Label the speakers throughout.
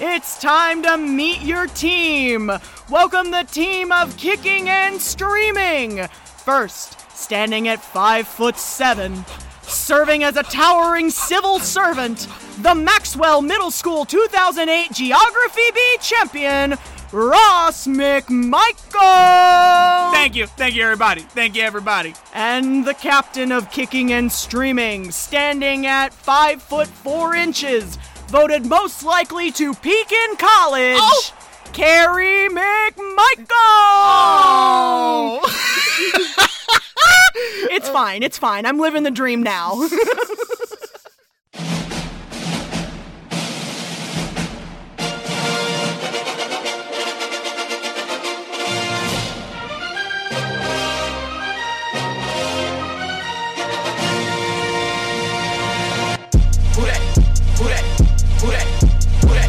Speaker 1: It's time to meet your team. Welcome the team of kicking and streaming. First, standing at five foot seven, serving as a towering civil servant, the Maxwell Middle School 2008 Geography B champion, Ross McMichael.
Speaker 2: Thank you. Thank you, everybody. Thank you, everybody.
Speaker 1: And the captain of kicking and streaming, standing at five foot four inches, voted most likely to peak in college.
Speaker 2: Oh!
Speaker 1: Carrie McMichael. it's fine. It's fine. I'm living the dream now.
Speaker 3: Who that? Who that? Who that? Who that?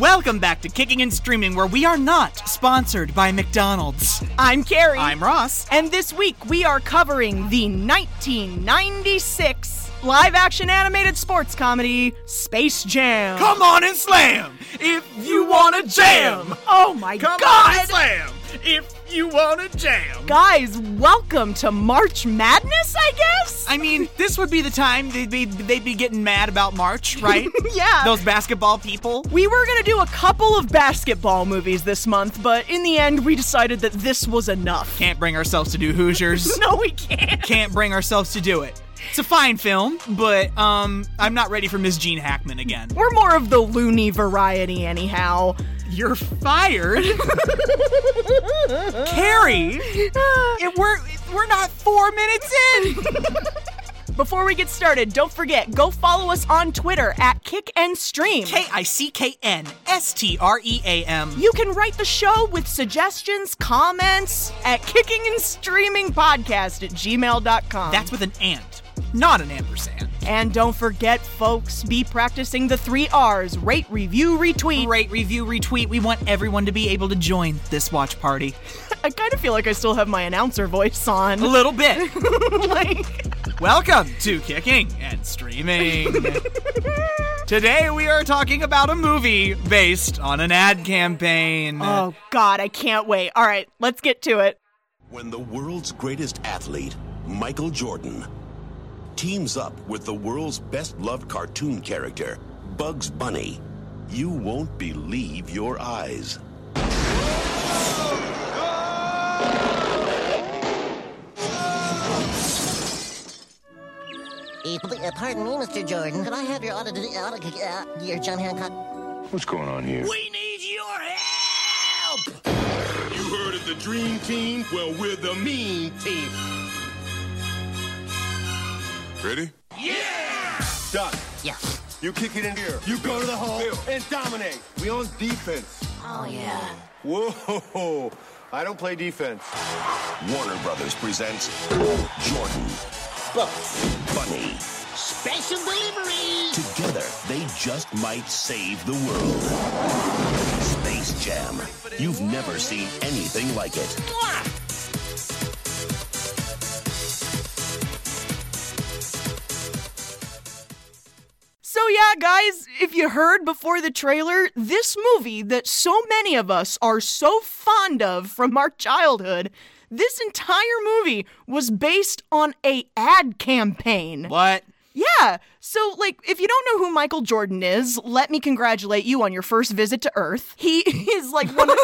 Speaker 2: Welcome back to Kicking and Streaming, where we are not sponsored by McDonald's.
Speaker 1: I'm Carrie.
Speaker 2: I'm Ross.
Speaker 1: And this week we are covering the 1996 live action animated sports comedy Space Jam.
Speaker 2: Come on and slam if you wanna jam.
Speaker 1: Oh my
Speaker 2: Come on
Speaker 1: god!
Speaker 2: and slam if you wanna jam.
Speaker 1: Guys, welcome to March Madness, I guess?
Speaker 2: I mean, this would be the time they'd be they'd be getting mad about March, right?
Speaker 1: yeah.
Speaker 2: Those basketball people.
Speaker 1: we were gonna do a couple of basketball movies this month, but in the end we decided that this was enough.
Speaker 2: Can't bring ourselves to do Hoosiers.
Speaker 1: No, we can't.
Speaker 2: Can't bring ourselves to do it. It's a fine film, but um, I'm not ready for Miss Gene Hackman again.
Speaker 1: We're more of the loony variety, anyhow.
Speaker 2: You're fired. Uh. Carrie, it, we're, we're not four minutes in.
Speaker 1: Before we get started, don't forget go follow us on Twitter at Kick and Stream.
Speaker 2: K I C K N S T R E A M.
Speaker 1: You can write the show with suggestions, comments at kicking and streaming podcast at gmail.com.
Speaker 2: That's with an ant, not an ampersand.
Speaker 1: and don't forget, folks, be practicing the three R's rate, review, retweet.
Speaker 2: Rate, review, retweet. We want everyone to be able to join this watch party.
Speaker 1: I kind of feel like I still have my announcer voice
Speaker 2: A
Speaker 1: on.
Speaker 2: little bit.
Speaker 1: like,
Speaker 2: Welcome to Kicking and Streaming. Today we are talking about a movie based on an ad campaign.
Speaker 1: oh God, I can't wait. All right, let's get to it.
Speaker 4: When the world's greatest athlete, Michael Jordan, teams up with the world's best loved cartoon character, Bugs Bunny, you won't believe your eyes.
Speaker 5: Uh, pl- uh, pardon me, Mr. Jordan. Could I have your audit, audit uh, your John Hancock?
Speaker 6: What's going on here?
Speaker 4: We need your help!
Speaker 7: You heard of the dream team? Well, we're the mean team.
Speaker 6: Ready?
Speaker 7: Doc,
Speaker 5: Yeah.
Speaker 7: you kick it in here. You go to the hole and dominate. We on defense.
Speaker 5: Oh, yeah.
Speaker 7: Whoa, I don't play defense.
Speaker 4: Warner Brothers presents Jordan, Bugs Bunny.
Speaker 5: Special delivery!
Speaker 4: Together, they just might save the world. Space Jam. You've never seen anything like it.
Speaker 1: So, yeah, guys, if you heard before the trailer, this movie that so many of us are so fond of from our childhood, this entire movie was based on a ad campaign.
Speaker 2: What?
Speaker 1: Yeah. So, like, if you don't know who Michael Jordan is, let me congratulate you on your first visit to Earth. He is like one of,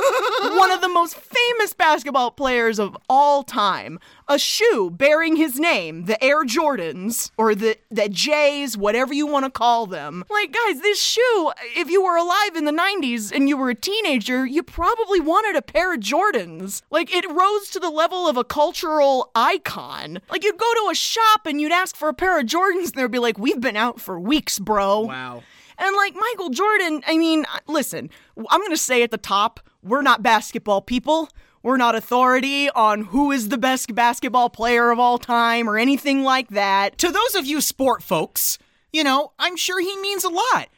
Speaker 1: one of the most famous basketball players of all time. A shoe bearing his name, the Air Jordans, or the, the J's, whatever you want to call them. Like, guys, this shoe, if you were alive in the 90s and you were a teenager, you probably wanted a pair of Jordans. Like, it rose to the level of a cultural icon. Like, you'd go to a shop and you'd ask for a pair of Jordans, and they'd be like, We've been out for weeks, bro.
Speaker 2: Wow.
Speaker 1: And like Michael Jordan, I mean, listen, I'm going to say at the top, we're not basketball people. We're not authority on who is the best basketball player of all time or anything like that.
Speaker 2: To those of you sport folks, you know, I'm sure he means a lot.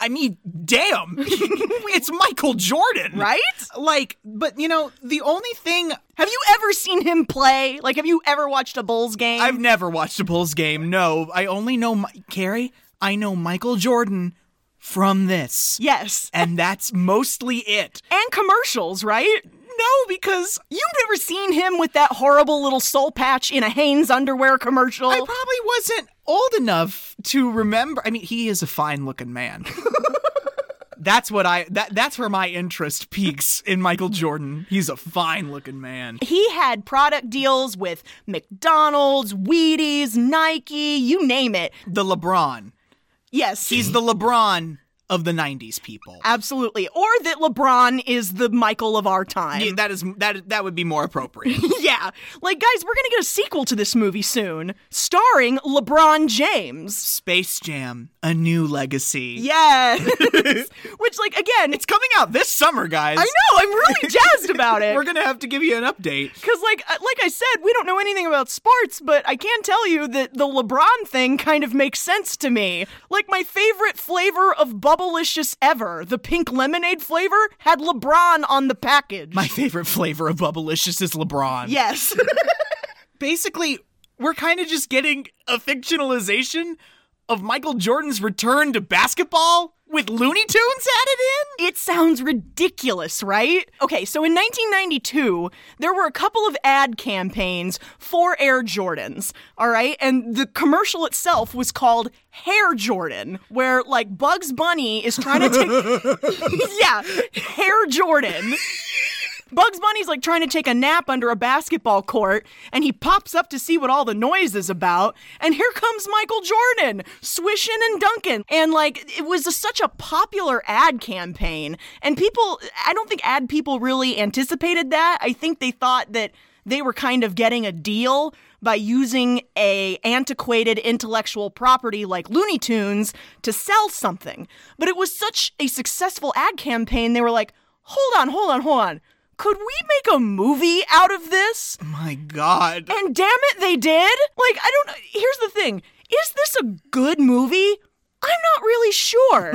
Speaker 2: I mean, damn. it's Michael Jordan.
Speaker 1: Right?
Speaker 2: Like, but you know, the only thing
Speaker 1: Have you ever seen him play? Like, have you ever watched a Bulls game?
Speaker 2: I've never watched a Bulls game. No, I only know Mi- Carrie. I know Michael Jordan from this.
Speaker 1: Yes.
Speaker 2: And that's mostly it.
Speaker 1: And commercials, right? No, because you've never seen him with that horrible little soul patch in a Hanes underwear commercial.
Speaker 2: I probably wasn't old enough to remember. I mean, he is a fine looking man. that's what I that that's where my interest peaks in Michael Jordan. He's a fine looking man.
Speaker 1: he had product deals with McDonald's, Wheaties, Nike, you name it.
Speaker 2: The LeBron.
Speaker 1: Yes.
Speaker 2: He's the LeBron of the 90s people.
Speaker 1: Absolutely. Or that LeBron is the Michael of our time.
Speaker 2: Yeah, that is that that would be more appropriate.
Speaker 1: Yeah. Like, guys, we're going to get a sequel to this movie soon, starring LeBron James.
Speaker 2: Space Jam: A New Legacy.
Speaker 1: Yes. Which, like, again,
Speaker 2: It's coming out this summer, guys.
Speaker 1: I know, I'm really jazzed about it.
Speaker 2: We're going to have to give you an update.
Speaker 1: Because, like, uh, like I said, we don't know anything about sports, but I can tell you that the LeBron thing kind of makes sense to me. Like, my favorite flavor of Bubblicious ever, the pink lemonade flavor, had LeBron on the package.
Speaker 2: My favorite flavor of Bubblicious is LeBron.
Speaker 1: yes.
Speaker 2: basically we're kind of just getting a fictionalization of Michael Jordan's return to basketball with Looney Tunes added in.
Speaker 1: It sounds ridiculous, right? Okay, so in 1992, there were a couple of ad campaigns for Air Jordans, all right? And the commercial itself was called Hair Jordan, where like Bugs Bunny is trying to take. yeah, Hair Jordan. Bugs Bunny's like trying to take a nap under a basketball court, and he pops up to see what all the noise is about. And here comes Michael Jordan, swishing and dunking. And like, it was a, such a popular ad campaign. And people, I don't think ad people really anticipated that. I think they thought that they were kind of getting a deal by using a antiquated intellectual property like Looney Tunes to sell something. But it was such a successful ad campaign, they were like, hold on, hold on, hold on. Could we make a movie out of this?
Speaker 2: My God.
Speaker 1: And damn it, they did. Like, I don't. Here's the thing is this a good movie? I'm not really sure.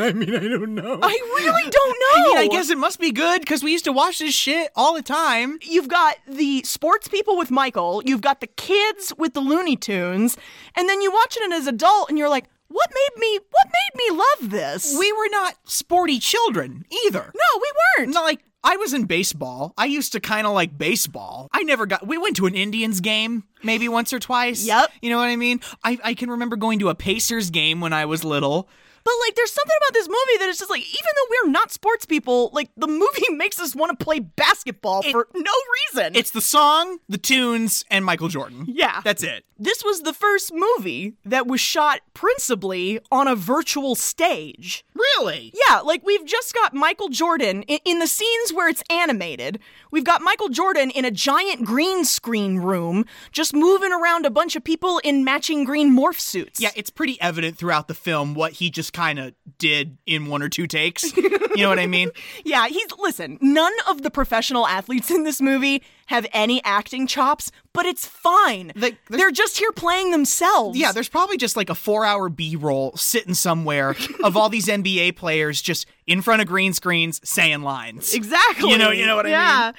Speaker 1: I mean, I don't know. I really don't know.
Speaker 2: I guess it must be good because we used to watch this shit all the time.
Speaker 1: you've got the sports people with Michael, you've got the kids with the Looney Tunes, and then you watch it as an adult and you're like, what made me what made me love this?
Speaker 2: We were not sporty children either.
Speaker 1: No, we weren't.
Speaker 2: Not like I was in baseball. I used to kind of like baseball. I never got. We went to an Indians game maybe once or twice.
Speaker 1: Yep.
Speaker 2: You know what I mean? I, I can remember going to a Pacers game when I was little.
Speaker 1: But like there's something about this movie that it's just like even though we're not sports people, like the movie makes us want to play basketball for no reason.
Speaker 2: It's the song, the tunes, and Michael Jordan.
Speaker 1: Yeah.
Speaker 2: That's it.
Speaker 1: this was the first movie that was shot principally on a virtual stage.
Speaker 2: Really?
Speaker 1: Yeah, like we've just got Michael Jordan in, in the scenes where it's animated. We've got Michael Jordan in a giant green screen room, just moving around a bunch of people in matching green morph suits.
Speaker 2: Yeah, it's pretty evident throughout the film what he just kind of did in one or two takes. you know what I mean?
Speaker 1: yeah. He's listen. None of the professional athletes in this movie have any acting chops, but it's fine.
Speaker 2: Like, there's-
Speaker 1: They're just here playing themselves.
Speaker 2: Yeah, there's probably just like a four hour B roll sitting somewhere of all these NBA players just in front of green screens saying lines.
Speaker 1: exactly.
Speaker 2: You know- you know what I
Speaker 1: Yeah.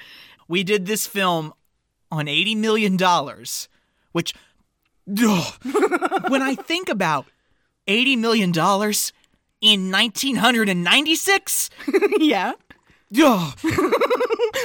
Speaker 2: We did this film on $80 million, which, ugh, when I think about $80 million in 1996,
Speaker 1: yeah.
Speaker 2: ugh,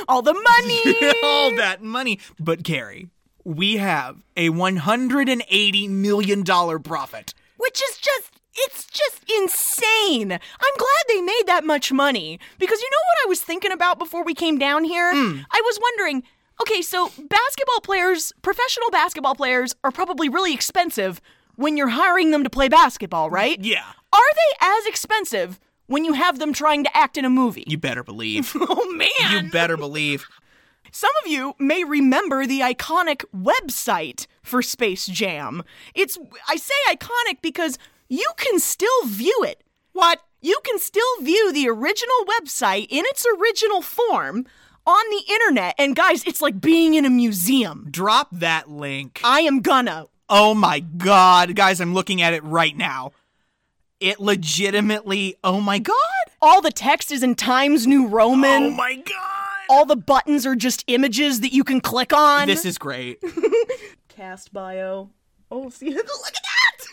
Speaker 1: All the money.
Speaker 2: all that money. But Gary, we have a $180 million profit.
Speaker 1: which is just it's just insane. I'm glad they made that much money because you know what I was thinking about before we came down here?
Speaker 2: Hmm.
Speaker 1: I was wondering, okay, so basketball players, professional basketball players are probably really expensive when you're hiring them to play basketball, right?
Speaker 2: Yeah.
Speaker 1: Are they as expensive when you have them trying to act in a movie?
Speaker 2: You better believe.
Speaker 1: oh man.
Speaker 2: You better believe.
Speaker 1: Some of you may remember the iconic website for Space Jam. It's I say iconic because you can still view it. What? You can still view the original website in its original form on the internet. And guys, it's like being in a museum.
Speaker 2: Drop that link.
Speaker 1: I am gonna.
Speaker 2: Oh my God. Guys, I'm looking at it right now. It legitimately, oh my God.
Speaker 1: All the text is in Times New Roman.
Speaker 2: Oh my God.
Speaker 1: All the buttons are just images that you can click on.
Speaker 2: This is great.
Speaker 1: cast bio. Oh, see, look at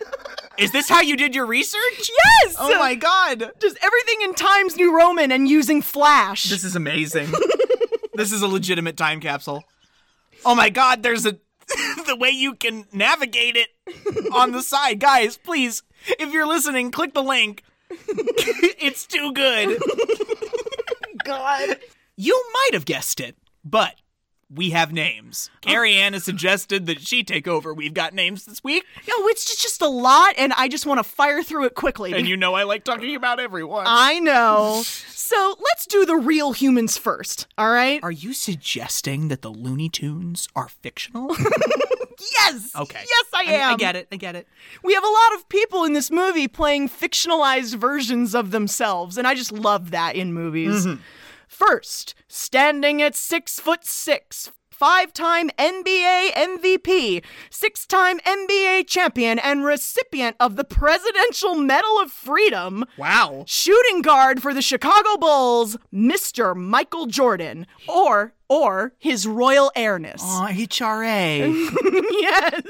Speaker 1: that!
Speaker 8: Is this how you did your research?
Speaker 1: Yes!
Speaker 2: Oh my god.
Speaker 1: Just everything in Times New Roman and using Flash.
Speaker 2: This is amazing. this is a legitimate time capsule. Oh my god, there's a the way you can navigate it on the side. Guys, please, if you're listening, click the link. it's too good.
Speaker 1: God.
Speaker 2: You might have guessed it, but we have names. Carrie Ann has suggested that she take over. We've got names this week,
Speaker 1: No, it's just, just a lot, and I just want to fire through it quickly.
Speaker 2: and you know I like talking about everyone.
Speaker 1: I know. So let's do the real humans first, all right?
Speaker 2: Are you suggesting that the Looney Tunes are fictional?
Speaker 1: Yes!
Speaker 2: Okay.
Speaker 1: Yes, I am.
Speaker 2: I get it. I get it.
Speaker 1: We have a lot of people in this movie playing fictionalized versions of themselves, and I just love that in movies. First, standing at six foot six, five time NBA MVP, six time NBA champion, and recipient of the Presidential Medal of Freedom,
Speaker 2: Wow.
Speaker 1: shooting guard for the Chicago Bulls, Mr. Michael Jordan, or or his royal airness.
Speaker 2: Aw, HRA.
Speaker 1: Yes.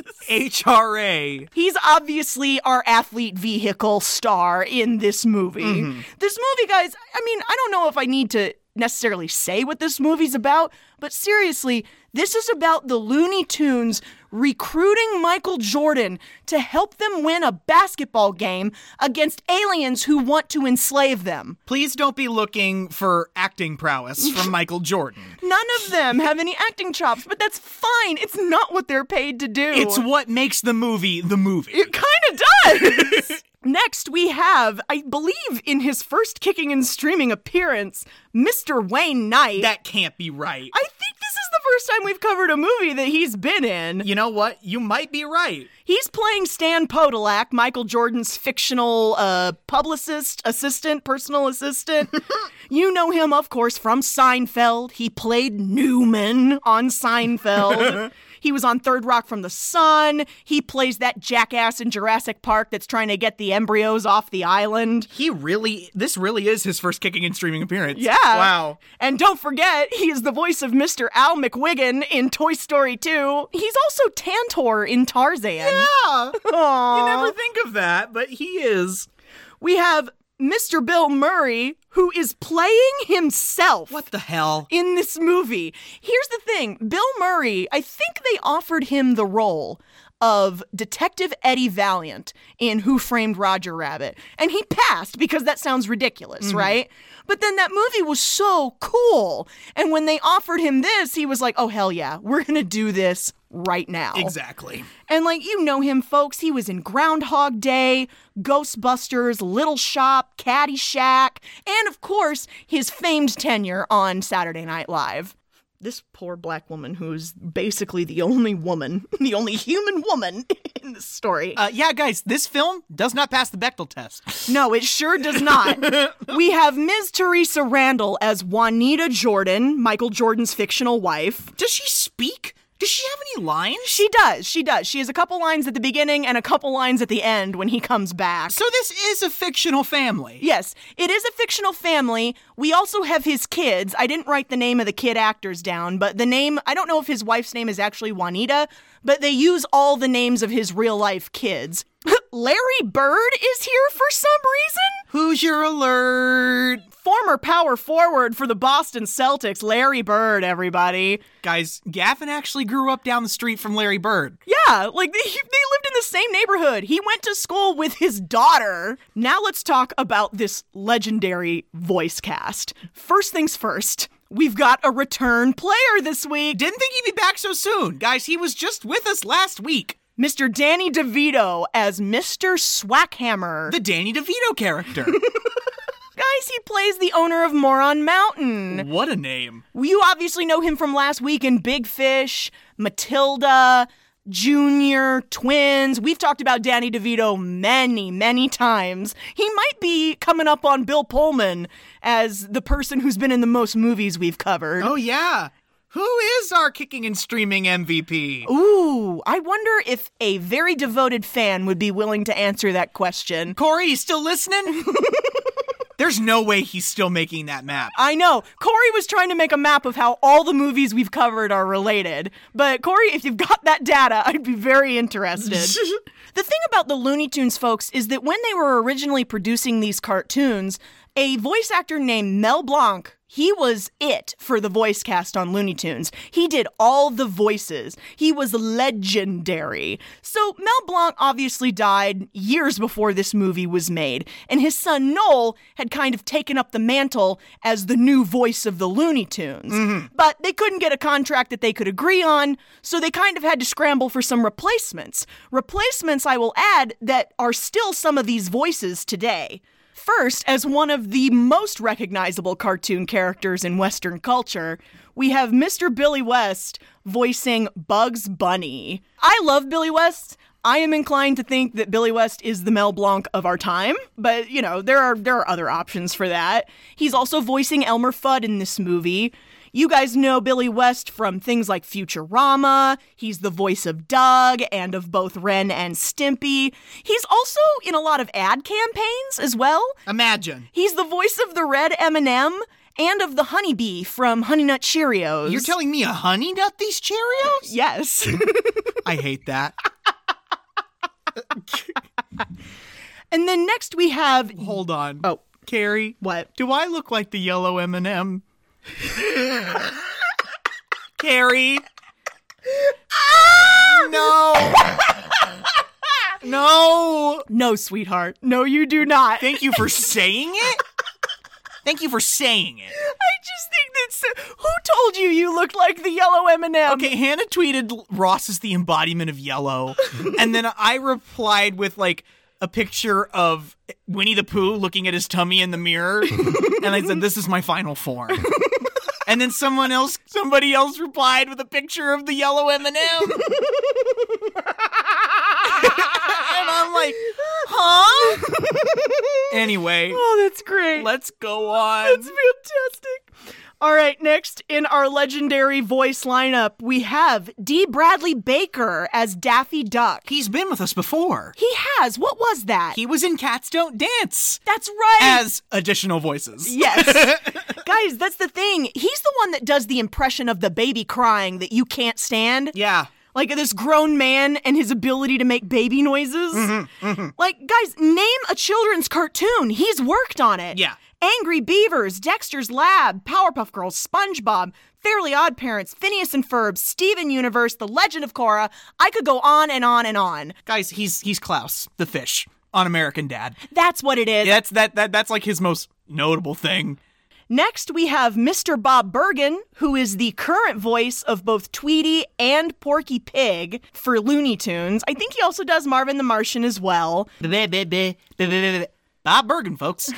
Speaker 2: HRA.
Speaker 1: He's obviously our athlete vehicle star in this movie. This movie, guys, I mean, I don't know if I need to necessarily say what this movie's about, but seriously, this is about the Looney Tunes recruiting Michael Jordan to help them win a basketball game against aliens who want to enslave them.
Speaker 2: Please don't be looking for acting prowess from Michael Jordan.
Speaker 1: None of them have any acting chops, but that's fine. It's not what they're paid to do.
Speaker 2: It's what makes the movie the movie.
Speaker 1: It kind of does. Next, we have, I believe, in his first kicking and streaming appearance, Mr. Wayne Knight.
Speaker 2: that can't be right.
Speaker 1: I think this is the first time we've covered a movie that he's been in.
Speaker 2: you know what? You might be right.
Speaker 1: He's playing Stan Podolak, Michael Jordan's fictional uh, publicist, assistant, personal assistant. you know him, of course, from Seinfeld. He played Newman on Seinfeld. he was on Third Rock from the Sun. He plays that jackass in Jurassic Park that's trying to get the embryos off the island.
Speaker 2: He really, this really is his first kicking and streaming appearance.
Speaker 1: Yeah.
Speaker 2: Wow.
Speaker 1: And don't forget, he is the voice of Mr. Al McWiggin in Toy Story 2. He's also Tantor in Tarzan.
Speaker 2: Yeah.
Speaker 1: Aw.
Speaker 2: You never think of that, but he is.
Speaker 1: we have Mr. Bill Murray, who is playing himself
Speaker 2: What the hell?
Speaker 1: in this movie. Here's the thing Bill Murray, I think they offered him the role of Detective Eddie Valiant in Who Framed Roger Rabbit. And he passed because that sounds ridiculous,
Speaker 2: Mm-hmm.
Speaker 1: right? But then that movie was so cool. And when they offered him this, he was like, oh, hell yeah, we're going to do this right now.
Speaker 2: Exactly.
Speaker 1: And like you know him, folks, he was in Groundhog Day, Ghostbusters, Little Shop, Caddyshack, and of course his famed tenure on Saturday Night Live. This poor black woman who's basically the only woman, the only human woman in this story.
Speaker 2: Uh, yeah, guys, this film does not pass the Bechtel test.
Speaker 1: No, it sure does not. we have Ms. Teresa Randall as Juanita Jordan, Michael Jordan's fictional wife.
Speaker 2: Does she speak? Does she have any lines?
Speaker 1: She does, she does. She has a couple lines at the beginning and a couple lines at the end when he comes back.
Speaker 2: So this is a fictional family.
Speaker 1: Yes, it is a fictional family. We also have his kids. I didn't write the name of the kid actors down, but the name, I don't know if his wife's name is actually Juanita, but they use all the names of his real life kids. Larry Bird is here for some reason?
Speaker 2: Who's your alert?
Speaker 1: Former power forward for the Boston Celtics, Larry Bird, everybody.
Speaker 2: Guys, Gaffin actually grew up down the street from Larry Bird.
Speaker 1: Yeah, like they, they lived in the same neighborhood. He went to school with his daughter. Now let's talk about this legendary voice cast. First things first, we've got a return player this week.
Speaker 2: Didn't think he'd be back so soon. Guys, he was just with us last week.
Speaker 1: Mr. Danny DeVito as Mr. Swackhammer.
Speaker 2: The Danny DeVito character.
Speaker 1: guys, he plays the owner of Moron Mountain.
Speaker 2: what a name.
Speaker 1: You obviously know him from last week in Big Fish, Matilda, Junior, Twins. We've talked about Danny DeVito many, many times. He might be coming up on Bill Pullman as the person who's been in the most movies we've covered.
Speaker 2: Oh, yeah. Who is our kicking and streaming MVP?
Speaker 1: Ooh, I wonder if a very devoted fan would be willing to answer that question.
Speaker 2: Corey, you still listening? There's no way he's still making that map. Uh,
Speaker 1: I know. Corey was trying to make a map of how all the movies we've covered are related. But, Corey, if you've got that data, I'd be very interested. the thing about the Looney Tunes folks is that when they were originally producing these cartoons, a voice actor named Mel Blanc. He was it for the voice cast on Looney Tunes. He did all the voices. He was legendary. So, Mel Blanc obviously died years before this movie was made, and his son Noel had kind of taken up the mantle as the new voice of the Looney Tunes. But they couldn't get a contract that they could agree on, so they kind of had to scramble for some replacements. Replacements, I will add, that are still some of these voices today. First, as one of the most recognizable cartoon characters in Western culture, we have Mr. Billy West voicing Bugs Bunny. I love Billy West. I am inclined to think that Billy West is the Mel Blanc of our time, but you know, there are there are other options for that. He's also voicing Elmer Fudd in this movie. You guys know Billy West from things like Futurama. He's the voice of Doug and of both Ren and Stimpy. He's also in a lot of ad campaigns as well.
Speaker 2: Imagine.
Speaker 1: He's the voice of the red M&M and of the honeybee from Honey Nut Cheerios.
Speaker 2: You're telling me a honey nut these Cheerios?
Speaker 1: Yes.
Speaker 2: I hate that.
Speaker 1: and then next we have
Speaker 2: Hold on.
Speaker 1: Oh.
Speaker 2: Carrie,
Speaker 1: what?
Speaker 2: do I look like the yellow M&M? Carrie. no. no.
Speaker 1: No, sweetheart. No, you do not.
Speaker 2: Thank you for saying it. Thank you for saying it.
Speaker 1: I just think that's so- who told you you looked like the yellow M&M?
Speaker 2: Okay, Hannah tweeted Ross is the embodiment of yellow. and then I replied with like a picture of Winnie the Pooh looking at his tummy in the mirror. and I said, This is my final form. and then someone else somebody else replied with a picture of the yellow M&M. and I'm like, huh? anyway,
Speaker 1: Oh, that's great.
Speaker 2: let's go on.
Speaker 1: That's fantastic. All right, next in our legendary voice lineup, we have D. Bradley Baker as Daffy Duck.
Speaker 2: He's been with us before.
Speaker 1: He has. What was that?
Speaker 2: He was in Cats Don't Dance.
Speaker 1: that's right.
Speaker 2: as additional voices.
Speaker 1: yes. Guys, that's the thing. He's the one that does the impression of the baby crying that you can't stand.
Speaker 2: Yeah.
Speaker 1: Like this grown man and his ability to make baby noises. Like, guys, name a children's cartoon. He's worked on it.
Speaker 2: Yeah.
Speaker 1: Angry Beavers, Dexter's Lab, Powerpuff Girls, SpongeBob, Fairly Odd Parents, Phineas and Ferb, Steven Universe, The Legend of Korra. I could go on and on and on.
Speaker 2: Guys, he's he's Klaus, the fish on American Dad.
Speaker 1: That's what it is.
Speaker 2: That's that, that that's like his most notable thing.
Speaker 1: Next, we have Mr. Bob Bergen, who is the current voice of both Tweety and Porky Pig for Looney Tunes. I think he also does Marvin the Martian as well.
Speaker 2: Bob Bergen, folks.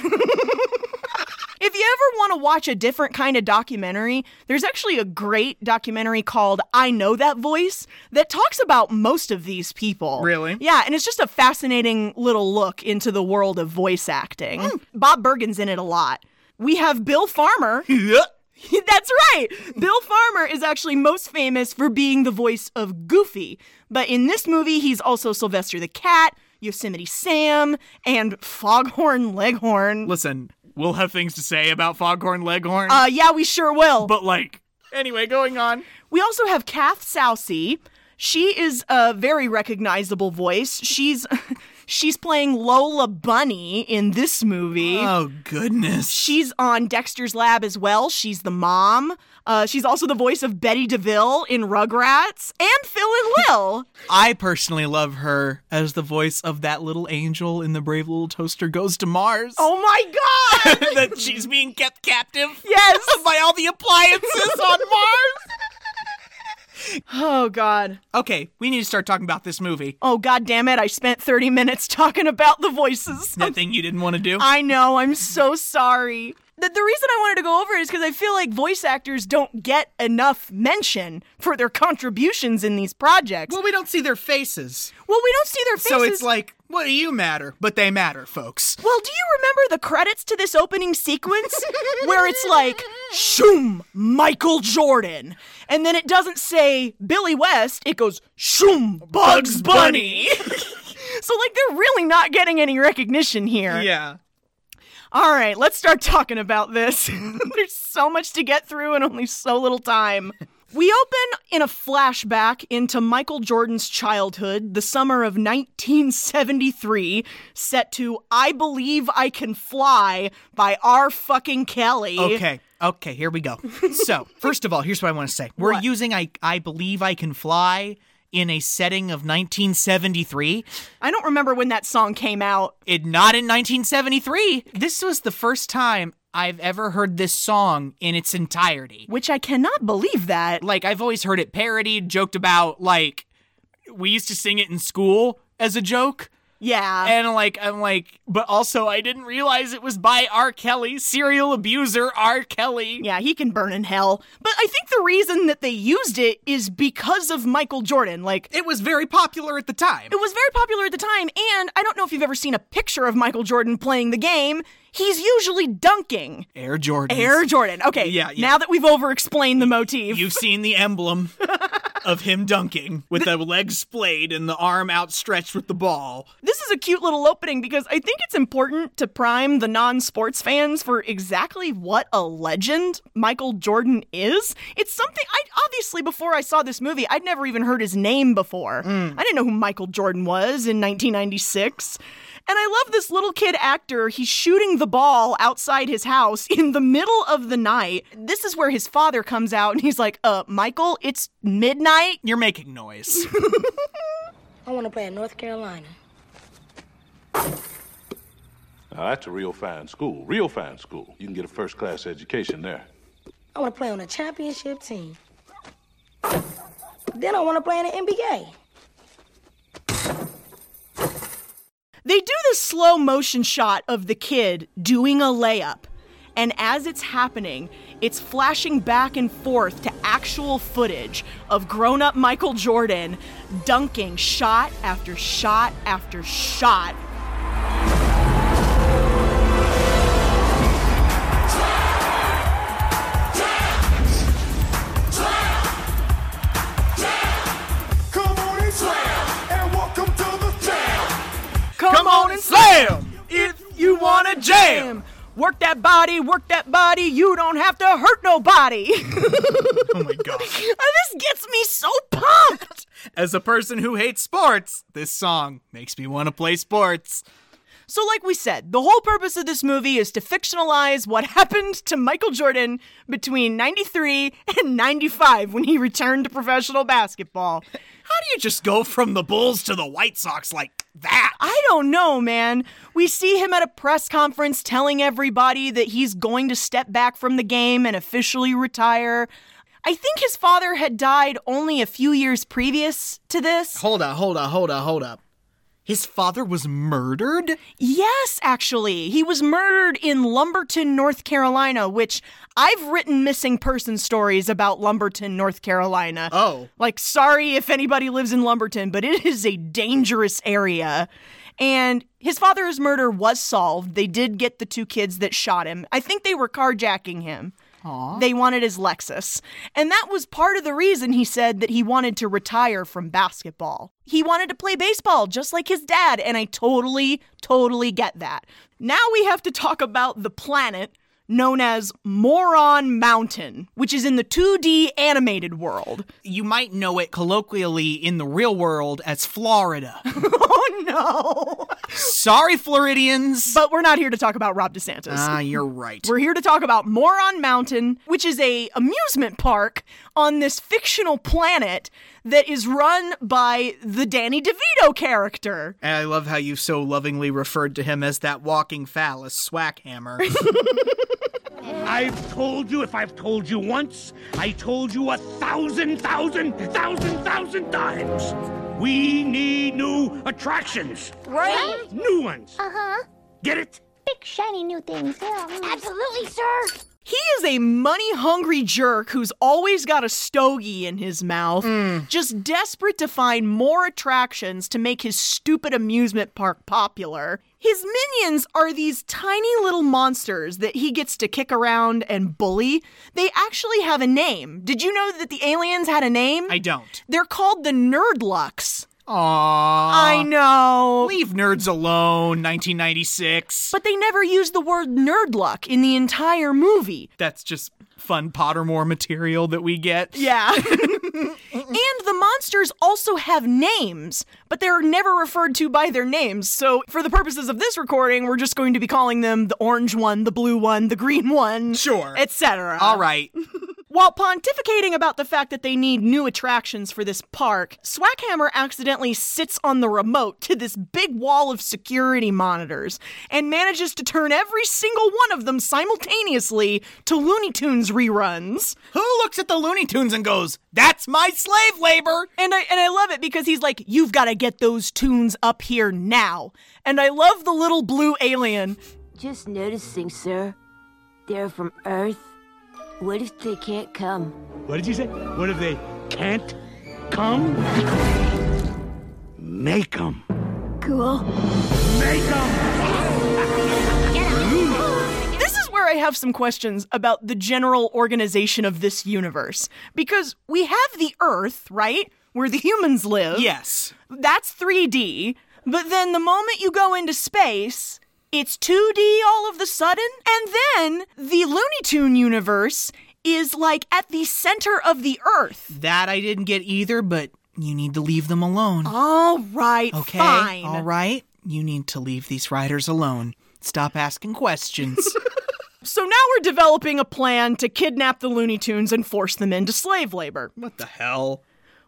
Speaker 1: If you ever want to watch a different kind of documentary, there's actually a great documentary called I Know That Voice that talks about most of these people.
Speaker 2: Really?
Speaker 1: Yeah, and it's just a fascinating little look into the world of voice acting. Bob Bergen's in it a lot. We have Bill Farmer. That's right. Bill Farmer is actually most famous for being the voice of Goofy. But in this movie, he's also Sylvester the Cat, Yosemite Sam, and Foghorn Leghorn.
Speaker 2: Listen, we'll have things to say about Foghorn Leghorn,
Speaker 1: Uh, yeah, we sure will.
Speaker 2: but like anyway, going on.
Speaker 1: we also have Kath Sousey. She is a very recognizable voice. She's she's playing Lola Bunny in this movie.
Speaker 2: Oh goodness.
Speaker 1: She's on Dexter's Lab as well. She's the mom. Uh, she's also the voice of Betty DeVille in Rugrats and Phil and Lil.
Speaker 2: I personally love her as the voice of that little angel in the brave little toaster goes to Mars.
Speaker 1: oh my God!
Speaker 2: that she's being kept captive
Speaker 1: Yes.
Speaker 2: by all the appliances on Mars.
Speaker 1: Oh God.
Speaker 2: Okay, we need to start talking about this movie.
Speaker 1: Oh God damn it! I spent thirty minutes talking about the voices.
Speaker 2: That thing you didn't want to do.
Speaker 1: I know. I'm so sorry. The, the reason I wanted to go over it is because I feel like voice actors don't get enough mention for their contributions in these projects. Well,
Speaker 2: we don't see their faces,
Speaker 1: we don't see their faces.
Speaker 2: so it's like, what do you matter? But they matter, folks.
Speaker 1: Well, do you remember the credits to this opening sequence where it's like, shoom, Michael Jordan? And then it doesn't say Billy West, it goes, shoom, Bugs Bunny. so, like, they're really not getting any recognition here.
Speaker 2: Yeah.
Speaker 1: all right, let's start talking about this. There's so much to get through and only so little time. We open in a flashback into Michael Jordan's childhood, the summer of 1973, set to I Believe I Can Fly by R. fucking Kelly.
Speaker 2: Okay. Okay, here we go. So, first of all, here's what I want to say. We're using I I believe I can fly in a setting of 1973.
Speaker 1: I don't remember when that song came out.
Speaker 2: It not in 1973. This was the first time I've ever heard this song in its entirety.
Speaker 1: Which I cannot believe that.
Speaker 2: Like I've always heard it parodied, joked about like we used to sing it in school as a joke.
Speaker 1: Yeah.
Speaker 2: And like I'm like but also I didn't realize it was by R. Kelly, serial abuser R. Kelly.
Speaker 1: Yeah, he can burn in hell. But I think the reason that they used it is because of Michael Jordan. Like,
Speaker 2: It was very popular at the time.
Speaker 1: it was very popular at the time, and I don't know if you've ever seen a picture of Michael Jordan playing the game. He's usually dunking.
Speaker 2: Air Jordan.
Speaker 1: Air Jordan. Okay,
Speaker 2: Yeah, yeah.
Speaker 1: now that we've over explained the motif.
Speaker 2: You've seen the emblem of him dunking with the legs splayed and the arm outstretched with the ball.
Speaker 1: this is a cute little opening because I think it's important to prime the non sports fans for exactly what a legend Michael Jordan is. It's something I obviously, before I saw this movie, I'd never even heard his name before. I didn't know who Michael Jordan was in 1996. And I love this little kid actor. He's shooting the ball outside his house in the middle of the night. This is where his father comes out and he's like, uh, Michael, it's midnight.
Speaker 2: You're making noise.
Speaker 9: I want to play at North Carolina.
Speaker 6: Now, that's a real fine school. Real fine school. You can get a first class education there.
Speaker 9: I want to play on a championship team. Then I want to play in the NBA.
Speaker 1: They do this slow motion shot of the kid doing a layup. And as it's happening, it's flashing back and forth to actual footage of grown up Michael Jordan dunking shot after shot after shot.
Speaker 7: Come on and slam, and welcome to the jam.
Speaker 1: Come,
Speaker 2: slam!
Speaker 1: if you wanna jam! Work that body, work that body, you don't have to hurt nobody.
Speaker 2: Oh my god.
Speaker 1: this gets me so pumped!
Speaker 2: As a person who hates sports, this song makes me want to play sports.
Speaker 1: So, like we said, the whole purpose of this movie is to fictionalize what happened to Michael Jordan between 93 and 95 when he returned to professional basketball.
Speaker 2: How do you just go from the Bulls to the White Sox like that?
Speaker 1: I don't know, man. We see him at a press conference telling everybody that he's going to step back from the game and officially retire. I think his father had died only a few years previous to this.
Speaker 2: Hold up, hold up, hold up, hold up. His father was murdered?
Speaker 1: Yes, actually. He was murdered in Lumberton, North Carolina, which I've written missing person stories about Lumberton, North Carolina.
Speaker 2: Oh.
Speaker 1: Like, sorry if anybody lives in Lumberton, but it is a dangerous area. And his father's murder was solved. They did get the two kids that shot him. I think they were carjacking him. They wanted his Lexus. And that was part of the reason he said that he wanted to retire from basketball. He wanted to play baseball just like his dad. And I totally, totally get that. Now we have to talk about the planet known as Moron Mountain, which is in the 2D animated world.
Speaker 2: You might know it colloquially in the real world as Florida.
Speaker 1: Oh no!
Speaker 2: Sorry, Floridians.
Speaker 1: But we're not here to talk about Rob DeSantis.
Speaker 2: Ah, you're right.
Speaker 1: We're here to talk about Moron Mountain, which is a amusement park on this fictional planet that is run by the Danny DeVito character.
Speaker 2: And I love how you so lovingly referred to him as that walking phallus swack hammer.
Speaker 10: I've told you, if I've told you once, I told you a thousand, thousand, thousand, thousand times. We need new attractions.
Speaker 9: Right?
Speaker 10: New ones. Uh huh. Get it?
Speaker 9: Big shiny new things. mm. Absolutely, sir.
Speaker 1: He is a money hungry jerk who's always got a stogie in his mouth, just desperate to find more attractions to make his stupid amusement park popular. His minions are these tiny little monsters that he gets to kick around and bully. They actually have a name. Did you know that the aliens had a name?
Speaker 2: I don't.
Speaker 1: They're called the Nerdlucks.
Speaker 2: Aw.
Speaker 1: I know.
Speaker 2: Leave nerds alone, 1996.
Speaker 1: But they never use the word nerdluck in the entire movie.
Speaker 2: That's just fun Pottermore material that we get.
Speaker 1: Yeah. and the monsters also have names, but they're never referred to by their names. So, for the purposes of this recording, we're just going to be calling them the orange one, the blue one, the green one.
Speaker 2: Sure.
Speaker 1: Etc.
Speaker 2: All right.
Speaker 1: While pontificating about the fact that they need new attractions for this park, Swackhammer accidentally sits on the remote to this big wall of security monitors and manages to turn every single one of them simultaneously to Looney Tunes reruns.
Speaker 2: Who looks at the Looney Tunes and goes, "That's my slave labor"?
Speaker 1: And I and I love it because he's like, "You've got to get those tunes up here now." And I love the little blue alien.
Speaker 11: Just noticing, sir. They're from Earth. What if they can't come?
Speaker 10: What did you say? What if they can't come? Make them.
Speaker 11: Cool.
Speaker 10: Make them.
Speaker 1: This is where I have some questions about the general organization of this universe because we have the Earth, right? Where the humans live.
Speaker 2: Yes.
Speaker 1: That's 3D, but then the moment you go into space, it's 2D all of the sudden. And then the Looney Tune universe is like at the center of the Earth.
Speaker 2: That I didn't get either, but you need to leave them alone.
Speaker 1: All right,
Speaker 2: okay.
Speaker 1: Oh, fine.
Speaker 2: All right. You need to leave these writers alone. Stop asking questions.
Speaker 1: So now we're developing a plan to kidnap the Looney Tunes and force them into slave labor.
Speaker 2: what the hell?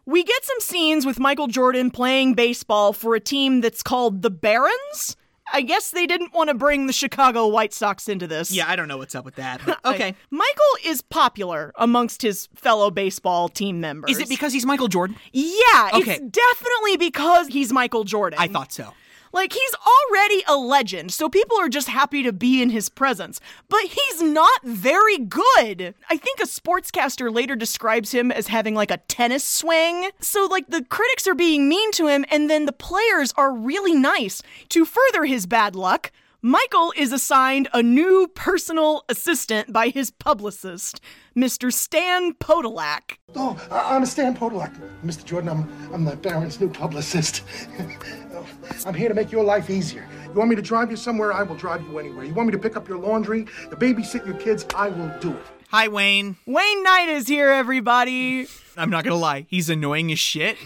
Speaker 1: We get some scenes with Michael Jordan playing baseball for a team that's called the Barons. I guess they didn't want to bring the Chicago White Sox into this.
Speaker 2: Yeah, I don't know what's up with that. but
Speaker 1: I-
Speaker 2: okay.
Speaker 1: Michael is popular amongst his fellow baseball team members.
Speaker 2: Is it because he's Michael Jordan?
Speaker 1: Yeah,
Speaker 2: Okay.
Speaker 1: it's definitely because he's Michael Jordan.
Speaker 2: I thought so.
Speaker 1: Like, he's already a legend, so people are just happy to be in his presence. But he's not very good. I think a sportscaster later describes him as having like a tennis swing. So, like, the critics are being mean to him, and then the players are really nice. To further his bad luck, Michael is assigned a new personal assistant by his publicist, Mr. Stan Podolak.
Speaker 12: Oh, I- I'm Stan Podolak. Mr. Jordan, I'm, I'm the Baron's new publicist. I'm here to make your life easier. You want me to drive you somewhere? I will drive you anywhere. You want me to pick up your laundry, to babysit your kids? I will do it.
Speaker 2: Hi, Wayne.
Speaker 1: Wayne Knight is here, everybody.
Speaker 2: I'm not gonna lie, he's annoying as shit,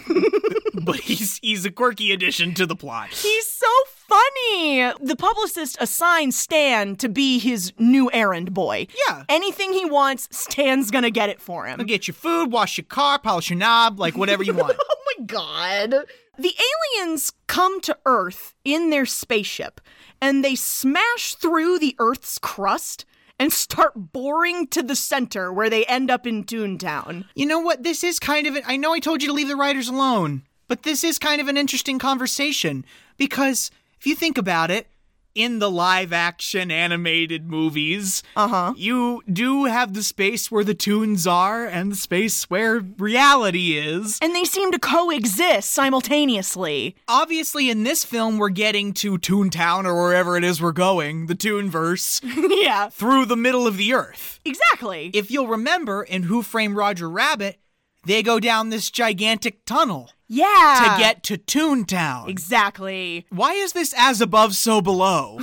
Speaker 2: but he's he's a quirky addition to the plot.
Speaker 1: He's so funny. The publicist assigns Stan to be his new errand boy.
Speaker 2: Yeah.
Speaker 1: Anything he wants, Stan's gonna get it for him.
Speaker 2: He'll get your food, wash your car, polish your knob, like whatever you want.
Speaker 1: Oh my god. The aliens come to Earth in their spaceship and they smash through the Earth's crust and start boring to the center where they end up in Toontown.
Speaker 2: you know what? This is kind of. An, I know I told you to leave the writers alone, but this is kind of an interesting conversation because if you think about it, in the live action animated movies, uh-huh. you do have the space where the tunes are and the space where reality is.
Speaker 1: And they seem to coexist simultaneously.
Speaker 2: Obviously, in this film, we're getting to Toontown or wherever it is we're going, the Toonverse,
Speaker 1: yeah,
Speaker 2: through the middle of the earth.
Speaker 1: exactly.
Speaker 2: If you'll remember, in Who Framed Roger Rabbit, they go down this gigantic tunnel.
Speaker 1: yeah.
Speaker 2: to get to Toontown.
Speaker 1: Exactly.
Speaker 2: Why is this as above so below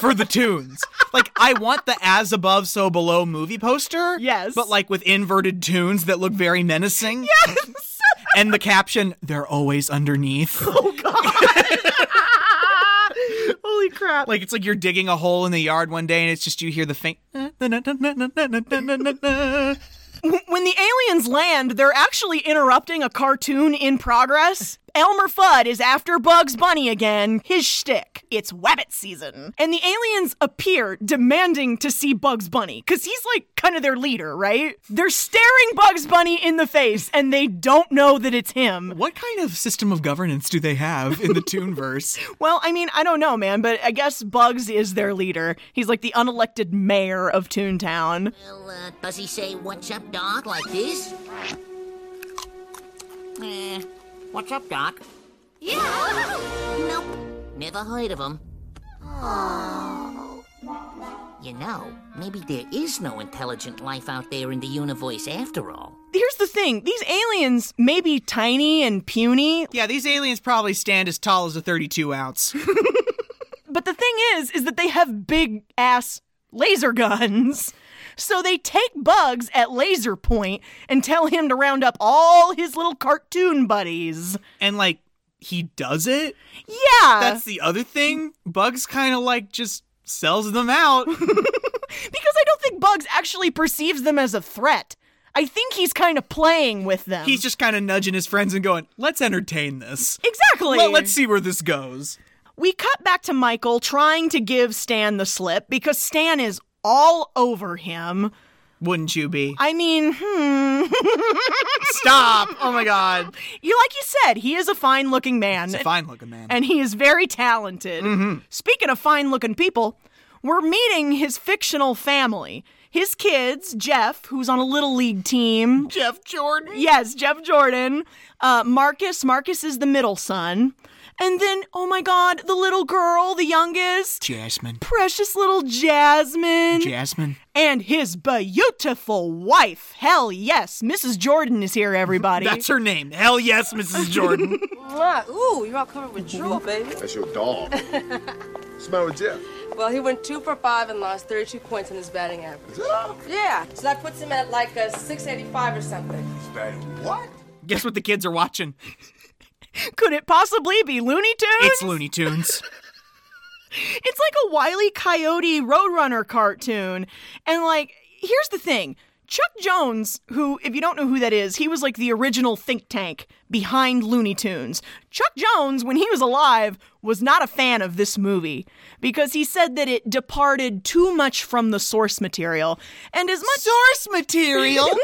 Speaker 2: for the tunes? Like I want the as above so below movie poster.
Speaker 1: Yes.
Speaker 2: But like with inverted tunes that look very menacing.
Speaker 1: Yes.
Speaker 2: And the caption, they're always underneath.
Speaker 1: Holy crap.
Speaker 2: Like it's like you're digging a hole in the yard one day and it's just you hear the faint
Speaker 1: when the aliens land, they're actually interrupting a cartoon in progress. Elmer Fudd is after Bugs Bunny again, his shtick. It's Wabbit season. And the aliens appear demanding to see Bugs Bunny, because he's like kind of their leader, right? They're staring Bugs Bunny in the face and they don't know that it's him.
Speaker 2: What kind of system of governance do they have in the Toonverse?
Speaker 1: Well, I mean, I don't know, man, but I guess Bugs is their leader. He's like the unelected mayor of Toontown.
Speaker 5: Well, uh, does he say, what's up, Doc, like this? Eh, what's up, Doc? Yeah! nope, never heard of him. Oh. You know, maybe there is no intelligent life out there in the universe after all.
Speaker 1: Here's the thing. These aliens may be tiny and puny,
Speaker 2: Yeah, these aliens probably stand as tall as a 32 ounce.
Speaker 1: but the thing is, is that they have big ass laser guns. So they take Bugs at laser point and tell him to round up all his little cartoon buddies.
Speaker 2: And like, he does it?
Speaker 1: Yeah.
Speaker 2: That's the other thing. Bugs kind of like just sells them out.
Speaker 1: Because I don't think Bugs actually perceives them as a threat. I think he's kind of playing with them.
Speaker 2: He's just kind of nudging his friends and going, let's entertain this.
Speaker 1: Exactly.
Speaker 2: Let, let's see where this goes.
Speaker 1: We cut back to Michael trying to give Stan the slip because Stan is all over him.
Speaker 2: Wouldn't you be?
Speaker 1: I mean, hmm.
Speaker 2: Stop. Oh my God.
Speaker 1: You like you said, he is a fine-looking man.
Speaker 2: He's a fine-looking man.
Speaker 1: And he is very talented.
Speaker 2: Mhm.
Speaker 1: Speaking of fine-looking people, we're meeting his fictional family. His kids, Jeff, who's on a little league team.
Speaker 2: Jeff Jordan.
Speaker 1: Yes, Jeff Jordan. Uh, Marcus. Marcus is the middle son. And then, oh my God, the little girl, the youngest,
Speaker 2: Jasmine.
Speaker 1: precious little Jasmine
Speaker 2: Jasmine.
Speaker 1: and his beautiful wife. Hell yes, Mrs. Jordan is here, everybody.
Speaker 2: That's her name. Hell yes, Mrs. Jordan.
Speaker 13: Mwah. Ooh, you're all covered with drool, baby.
Speaker 7: That's your dog. Smell with Jeff.
Speaker 13: Well, he went two for five and lost 32 points in his batting average. Yeah, so that puts him at like a 685 or something.
Speaker 7: What?
Speaker 2: Guess what the kids are watching?
Speaker 1: Could it possibly be Looney Tunes?
Speaker 2: It's Looney Tunes.
Speaker 1: It's like a Wily Coyote Roadrunner cartoon. And like, here's the thing. Chuck Jones, who, if you don't know who that is, he was like the original think tank behind Looney Tunes. Chuck Jones, when he was alive, was not a fan of this movie because he said that it departed too much from the source material. And as much
Speaker 2: source material?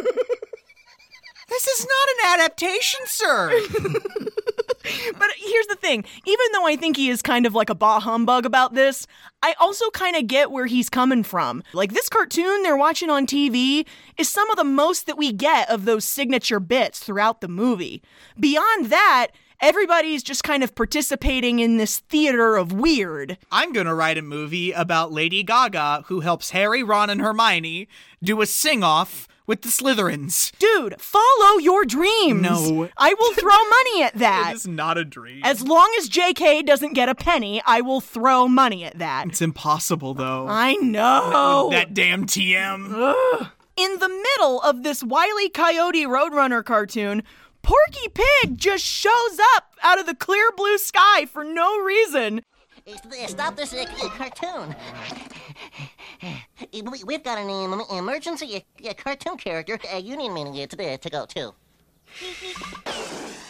Speaker 2: This is not an adaptation, sir.
Speaker 1: But here's the thing even though I think he is kind of like a bah humbug about this, I also kind of get where he's coming from. Like, this cartoon they're watching on TV is some of the most that we get of those signature bits throughout the movie. Beyond that, everybody's just kind of participating in this theater of weird.
Speaker 2: I'm going to write a movie about Lady Gaga who helps Harry, Ron, and Hermione do a sing off with the Slytherins.
Speaker 1: Dude, follow your dreams.
Speaker 2: No.
Speaker 1: I will throw money at that.
Speaker 2: It is not a dream.
Speaker 1: As long as JK doesn't get a penny, I will throw money at that.
Speaker 2: It's impossible, though.
Speaker 1: I know.
Speaker 2: That damn TM.
Speaker 1: In the middle of this Wile E. Coyote Roadrunner cartoon, Porky Pig just shows up out of the clear blue sky for no reason.
Speaker 5: Stop this uh, c- cartoon. We- We've got an em- emergency uh, uh, cartoon character a union meeting uh, to, uh, to go to.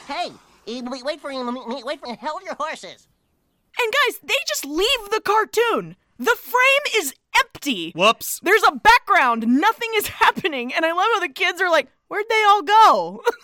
Speaker 5: hey, uh, we- wait for him. uh, Wait for Hold your horses.
Speaker 1: And guys, they just leave the cartoon. The frame is empty.
Speaker 2: Whoops.
Speaker 1: There's a background, nothing is happening. And I love how the kids are like, where'd they all go?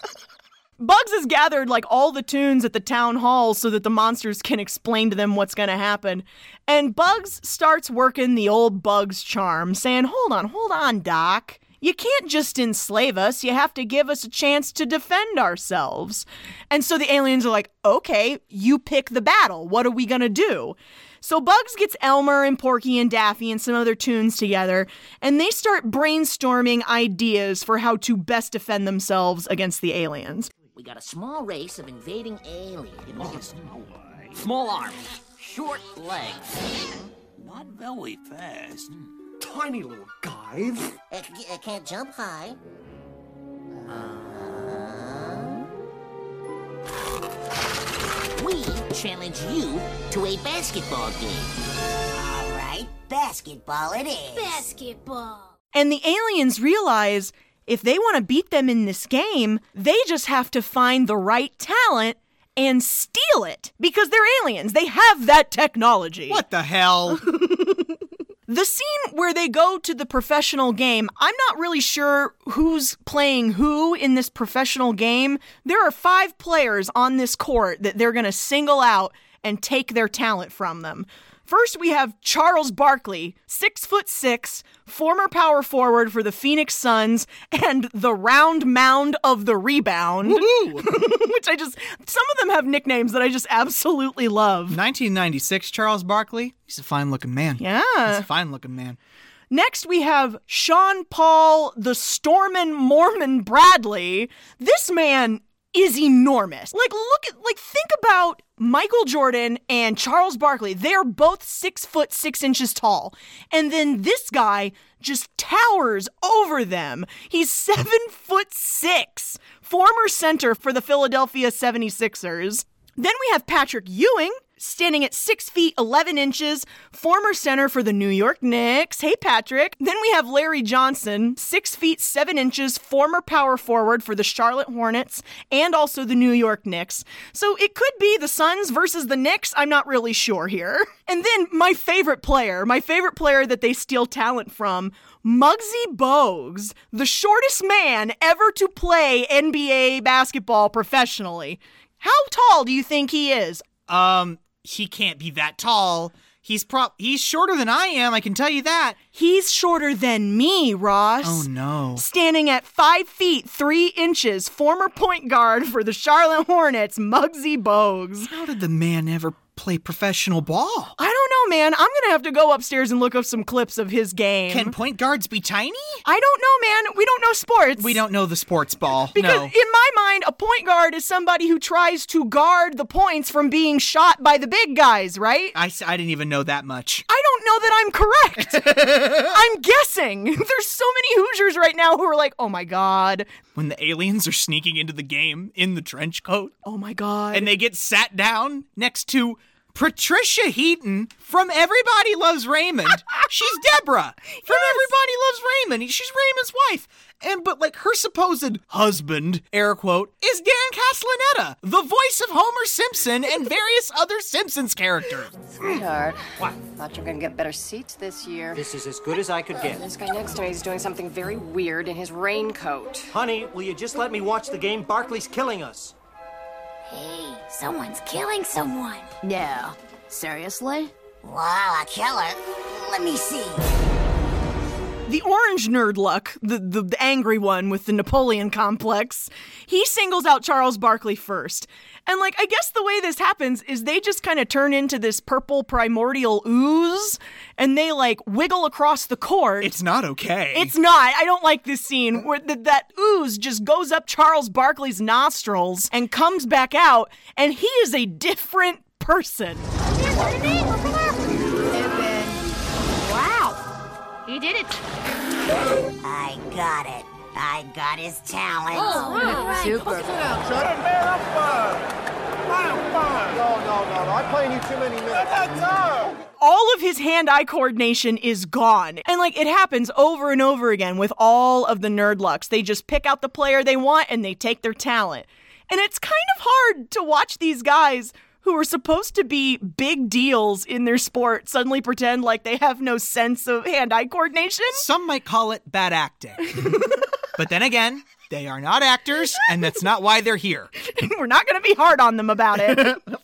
Speaker 1: Bugs has gathered like all the tunes at the town hall so that the monsters can explain to them what's going to happen. And Bugs starts working the old Bugs charm, saying, Hold on, hold on, Doc. You can't just enslave us. You have to give us a chance to defend ourselves. And so the aliens are like, Okay, you pick the battle. What are we going to do? So Bugs gets Elmer and Porky and Daffy and some other tunes together, and they start brainstorming ideas for how to best defend themselves against the aliens.
Speaker 5: We got a small race of invading aliens. Small arms, short legs. Not very fast.
Speaker 7: Tiny little guys.
Speaker 5: It, it can't jump high. Uh-huh. We challenge you to a basketball game.
Speaker 14: All right, basketball it is. Basketball.
Speaker 1: And the aliens realize if they want to beat them in this game, they just have to find the right talent and steal it because they're aliens. They have that technology.
Speaker 2: What the hell?
Speaker 1: The scene where they go to the professional game, I'm not really sure who's playing who in this professional game. There are five players on this court that they're going to single out and take their talent from them. First, we have Charles Barkley, six foot six, former power forward for the Phoenix Suns, and the round mound of the rebound. Which I just, some of them have nicknames that I just absolutely love.
Speaker 2: 1996, Charles Barkley. He's a fine looking man.
Speaker 1: Yeah.
Speaker 2: He's a fine looking man.
Speaker 1: Next, we have Sean Paul, the Stormin' Mormon Bradley. This man is enormous. Like, look at, like, think about Michael Jordan and Charles Barkley. They are both six foot six inches tall. And then this guy just towers over them. He's seven foot six, former center for the Philadelphia 76ers. Then we have Patrick Ewing, standing at 6 feet 11 inches, former center for the New York Knicks. Hey, Patrick. Then we have Larry Johnson, 6 feet 7 inches, former power forward for the Charlotte Hornets and also the New York Knicks. So it could be the Suns versus the Knicks. I'm not really sure here. And then my favorite player, my favorite player that they steal talent from, Muggsy Bogues, the shortest man ever to play NBA basketball professionally. How tall do you think he is?
Speaker 2: Um, he can't be that tall. He's pro he's shorter than I am, I can tell you that.
Speaker 1: He's shorter than me, Ross.
Speaker 2: Oh no.
Speaker 1: Standing at five feet three inches, former point guard for the Charlotte Hornets, Muggsy Bogues.
Speaker 2: How did the man ever play professional ball?
Speaker 1: I don't know, man. I'm gonna have to go upstairs and look up some clips of his game.
Speaker 2: Can point guards be tiny?
Speaker 1: I don't know, man. We don't know sports.
Speaker 2: We don't know the sports ball.
Speaker 1: Because
Speaker 2: no.
Speaker 1: in my mind, a point guard is somebody who tries to guard the points from being shot by the big guys, right?
Speaker 2: I, s- I didn't even know that much.
Speaker 1: I don't know that I'm correct. I'm guessing. There's so many Hoosiers right now who are like, oh my God.
Speaker 2: When the aliens are sneaking into the game in the trench coat.
Speaker 1: Oh my God.
Speaker 2: And they get sat down next to Patricia Heaton from Everybody Loves Raymond. She's Deborah from Everybody Loves Raymond. She's Raymond's wife. And but like her supposed husband, air quote, is Dan Castellaneta, the voice of Homer Simpson and various other Simpsons characters.
Speaker 15: Sweetheart. What? Thought you were gonna get better seats this year.
Speaker 16: This is as good as I could get.
Speaker 15: This guy next to me is doing something very weird in his raincoat.
Speaker 16: Honey, will you just let me watch the game? Barkley's killing us.
Speaker 14: Hey, someone's killing someone.
Speaker 11: No. Seriously?
Speaker 14: Wow, a killer. Let me see.
Speaker 1: The orange nerd luck, the, the, the angry one with the Napoleon complex, he singles out Charles Barkley first. And, like, I guess the way this happens is they just kind of turn into this purple primordial ooze and they, like, wiggle across the court.
Speaker 2: It's not okay.
Speaker 1: It's not. I don't like this scene where th- that ooze just goes up Charles Barkley's nostrils and comes back out, and he is a different person.
Speaker 17: Wow. He did it.
Speaker 14: I got it. I got his talent.
Speaker 15: Oh,
Speaker 17: Super.
Speaker 7: No, no, no, no. I'm playing you too many minutes.
Speaker 1: all of his hand-eye coordination is gone. And like it happens over and over again with all of the nerdlucks. They just pick out the player they want and they take their talent. And it's kind of hard to watch these guys who are supposed to be big deals in their sport suddenly pretend like they have no sense of hand-eye coordination.
Speaker 2: Some might call it bad acting. but then again, they are not actors, and that's not why they're here.
Speaker 1: We're not going to be hard on them about it.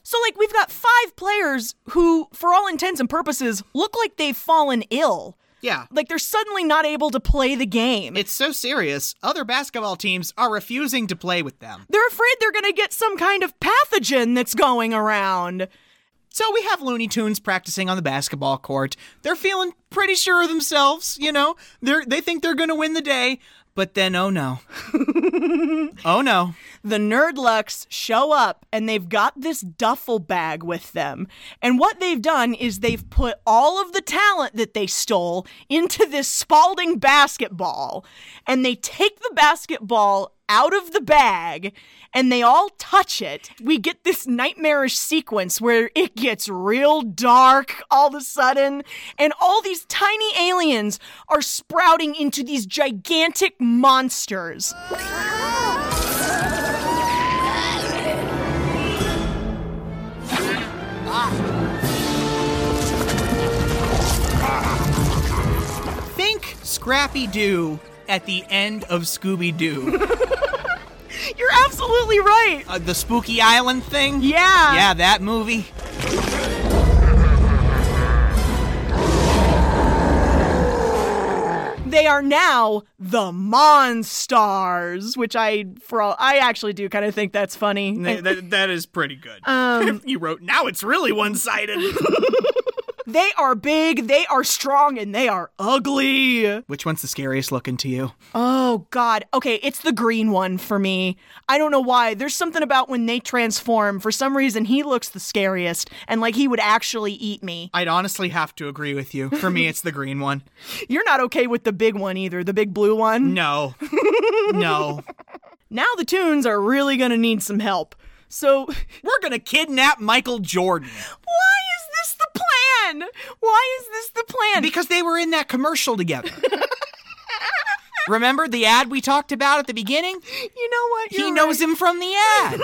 Speaker 1: so, like, we've got five players who, for all intents and purposes, look like they've fallen ill.
Speaker 2: Yeah.
Speaker 1: Like, they're suddenly not able to play the game.
Speaker 2: It's so serious, other basketball teams are refusing to play with them.
Speaker 1: They're afraid they're going to get some kind of pathogen that's going around.
Speaker 2: So we have Looney Tunes practicing on the basketball court. They're feeling pretty sure of themselves, you know. They're they think they're going to win the day, but then oh no. oh no.
Speaker 1: The Nerdlucks show up and they've got this duffel bag with them. And what they've done is they've put all of the talent that they stole into this Spalding basketball. And they take the basketball out of the bag and they all touch it. We get this nightmarish sequence where it gets real dark all of a sudden, and all these tiny aliens are sprouting into these gigantic monsters.
Speaker 2: Think Scrappy Doo at the end of Scooby Doo.
Speaker 1: You're absolutely right.
Speaker 2: uh, the Spooky Island thing?
Speaker 1: Yeah.
Speaker 2: Yeah, that movie.
Speaker 1: They are now the Monstars, which I for all, I actually do kind of think that's funny.
Speaker 2: that is pretty good.
Speaker 1: Um,
Speaker 2: you wrote, now it's really one sided.
Speaker 1: They are big, they are strong, and they are ugly.
Speaker 2: Which one's the scariest looking to you?
Speaker 1: Oh, God. Okay, it's the green one for me. I don't know why. There's something about when they transform. For some reason, he looks the scariest, and like he would actually eat me.
Speaker 2: I'd honestly have to agree with you. For me, it's the green one.
Speaker 1: You're not okay with the big one either, the big blue one?
Speaker 2: No. no.
Speaker 1: Now the tunes are really gonna need some help. So
Speaker 2: we're gonna kidnap Michael Jordan.
Speaker 1: Why is this the plan? Why is this the plan?
Speaker 2: Because they were in that commercial together. Remember the ad we talked about at the beginning?
Speaker 1: You know what?
Speaker 2: he
Speaker 1: You're
Speaker 2: knows
Speaker 1: right.
Speaker 2: him from the ad.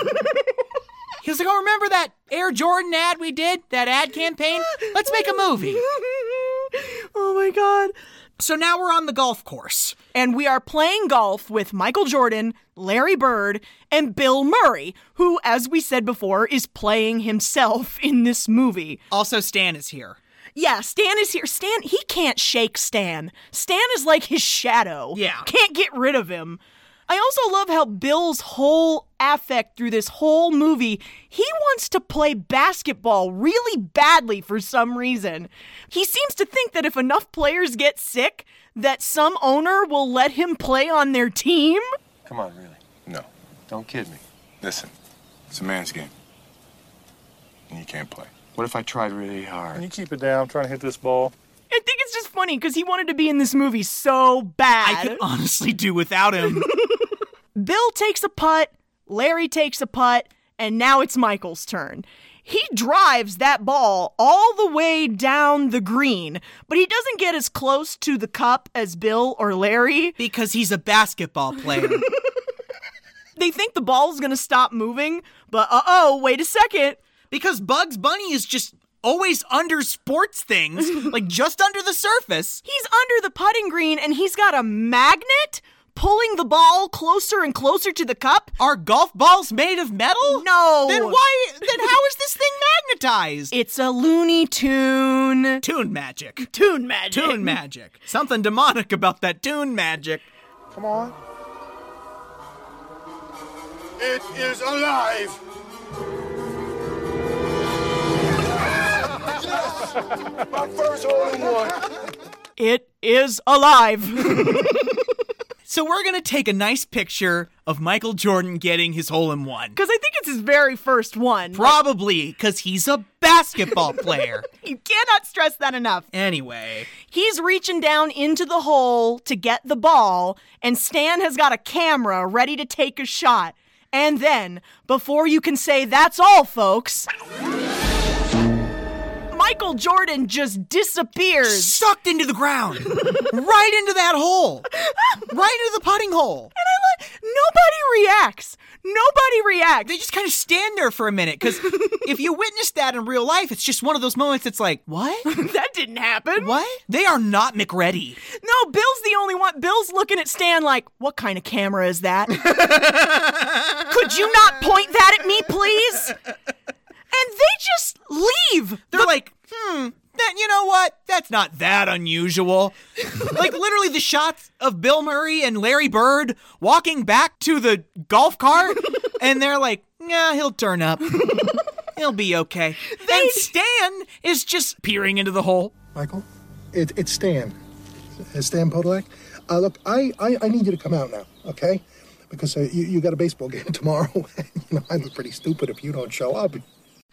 Speaker 2: he was like, "Oh, remember that Air Jordan ad we did? That ad campaign? Let's make a movie."
Speaker 1: oh my god.
Speaker 2: So now we're on the golf course.
Speaker 1: And we are playing golf with Michael Jordan, Larry Bird, and Bill Murray, who, as we said before, is playing himself in this movie.
Speaker 2: Also, Stan is here.
Speaker 1: Yeah, Stan is here. Stan, he can't shake Stan. Stan is like his shadow.
Speaker 2: Yeah.
Speaker 1: Can't get rid of him. I also love how Bill's whole affect through this whole movie, he wants to play basketball really badly for some reason. He seems to think that if enough players get sick, that some owner will let him play on their team.
Speaker 7: Come on, really? No. Don't kid me. Listen, it's a man's game. And you can't play. What if I tried really hard? Can you keep it down? I'm trying to hit this ball.
Speaker 1: I think it's just funny because he wanted to be in this movie so bad.
Speaker 2: I could honestly do without him.
Speaker 1: Bill takes a putt, Larry takes a putt, and now it's Michael's turn. He drives that ball all the way down the green, but he doesn't get as close to the cup as Bill or Larry.
Speaker 2: because he's a basketball player.
Speaker 1: They think the ball's gonna stop moving, but uh oh, wait a second.
Speaker 2: because Bugs Bunny is just always under sports things, like just under the surface.
Speaker 1: He's under the putting green and he's got a magnet pulling the ball closer and closer to the cup.
Speaker 2: Are golf balls made of metal?
Speaker 1: No.
Speaker 2: Oh, Then why? Then how is this thing magnetized?
Speaker 1: It's a Looney Tune.
Speaker 2: Tune magic.
Speaker 1: Tune magic.
Speaker 2: Tune magic. Something demonic about that tune magic.
Speaker 12: Come on.
Speaker 7: It is alive! yes! My first hole in one!
Speaker 1: It is alive.
Speaker 2: So we're gonna take a nice picture of Michael Jordan getting his hole in one.
Speaker 1: Because I think it's his very first one.
Speaker 2: Probably because he's a basketball player.
Speaker 1: You cannot stress that enough.
Speaker 2: Anyway,
Speaker 1: He's reaching down into the hole to get the ball, and Stan has got a camera ready to take a shot. And then, before you can say, that's all, folks, Michael Jordan just disappears.
Speaker 2: sucked into the ground, right into that hole, right into the putting hole.
Speaker 1: And I like, nobody reacts. Nobody reacts.
Speaker 2: They just kind of stand there for a minute because if you witness that in real life, it's just one of those moments. It's like, what?
Speaker 1: that didn't happen.
Speaker 2: What? They are not McReady.
Speaker 1: No, Bill's the only one. Bill's looking at Stan like, what kind of camera is that? Could you not point that at me, please? And they just leave.
Speaker 2: They're like, hmm, that, you know what? That's not that unusual. like, literally, the shots of Bill Murray and Larry Bird walking back to the golf cart, and they're like, nah, he'll turn up. he'll be okay. and Stan is just peering into the hole.
Speaker 12: Michael? It, it's Stan. Uh, Stan Podolak. Uh, look, I, I, I need you to come out now, okay? Because uh, you, you got a baseball game tomorrow. you know, I look pretty stupid if you don't show up.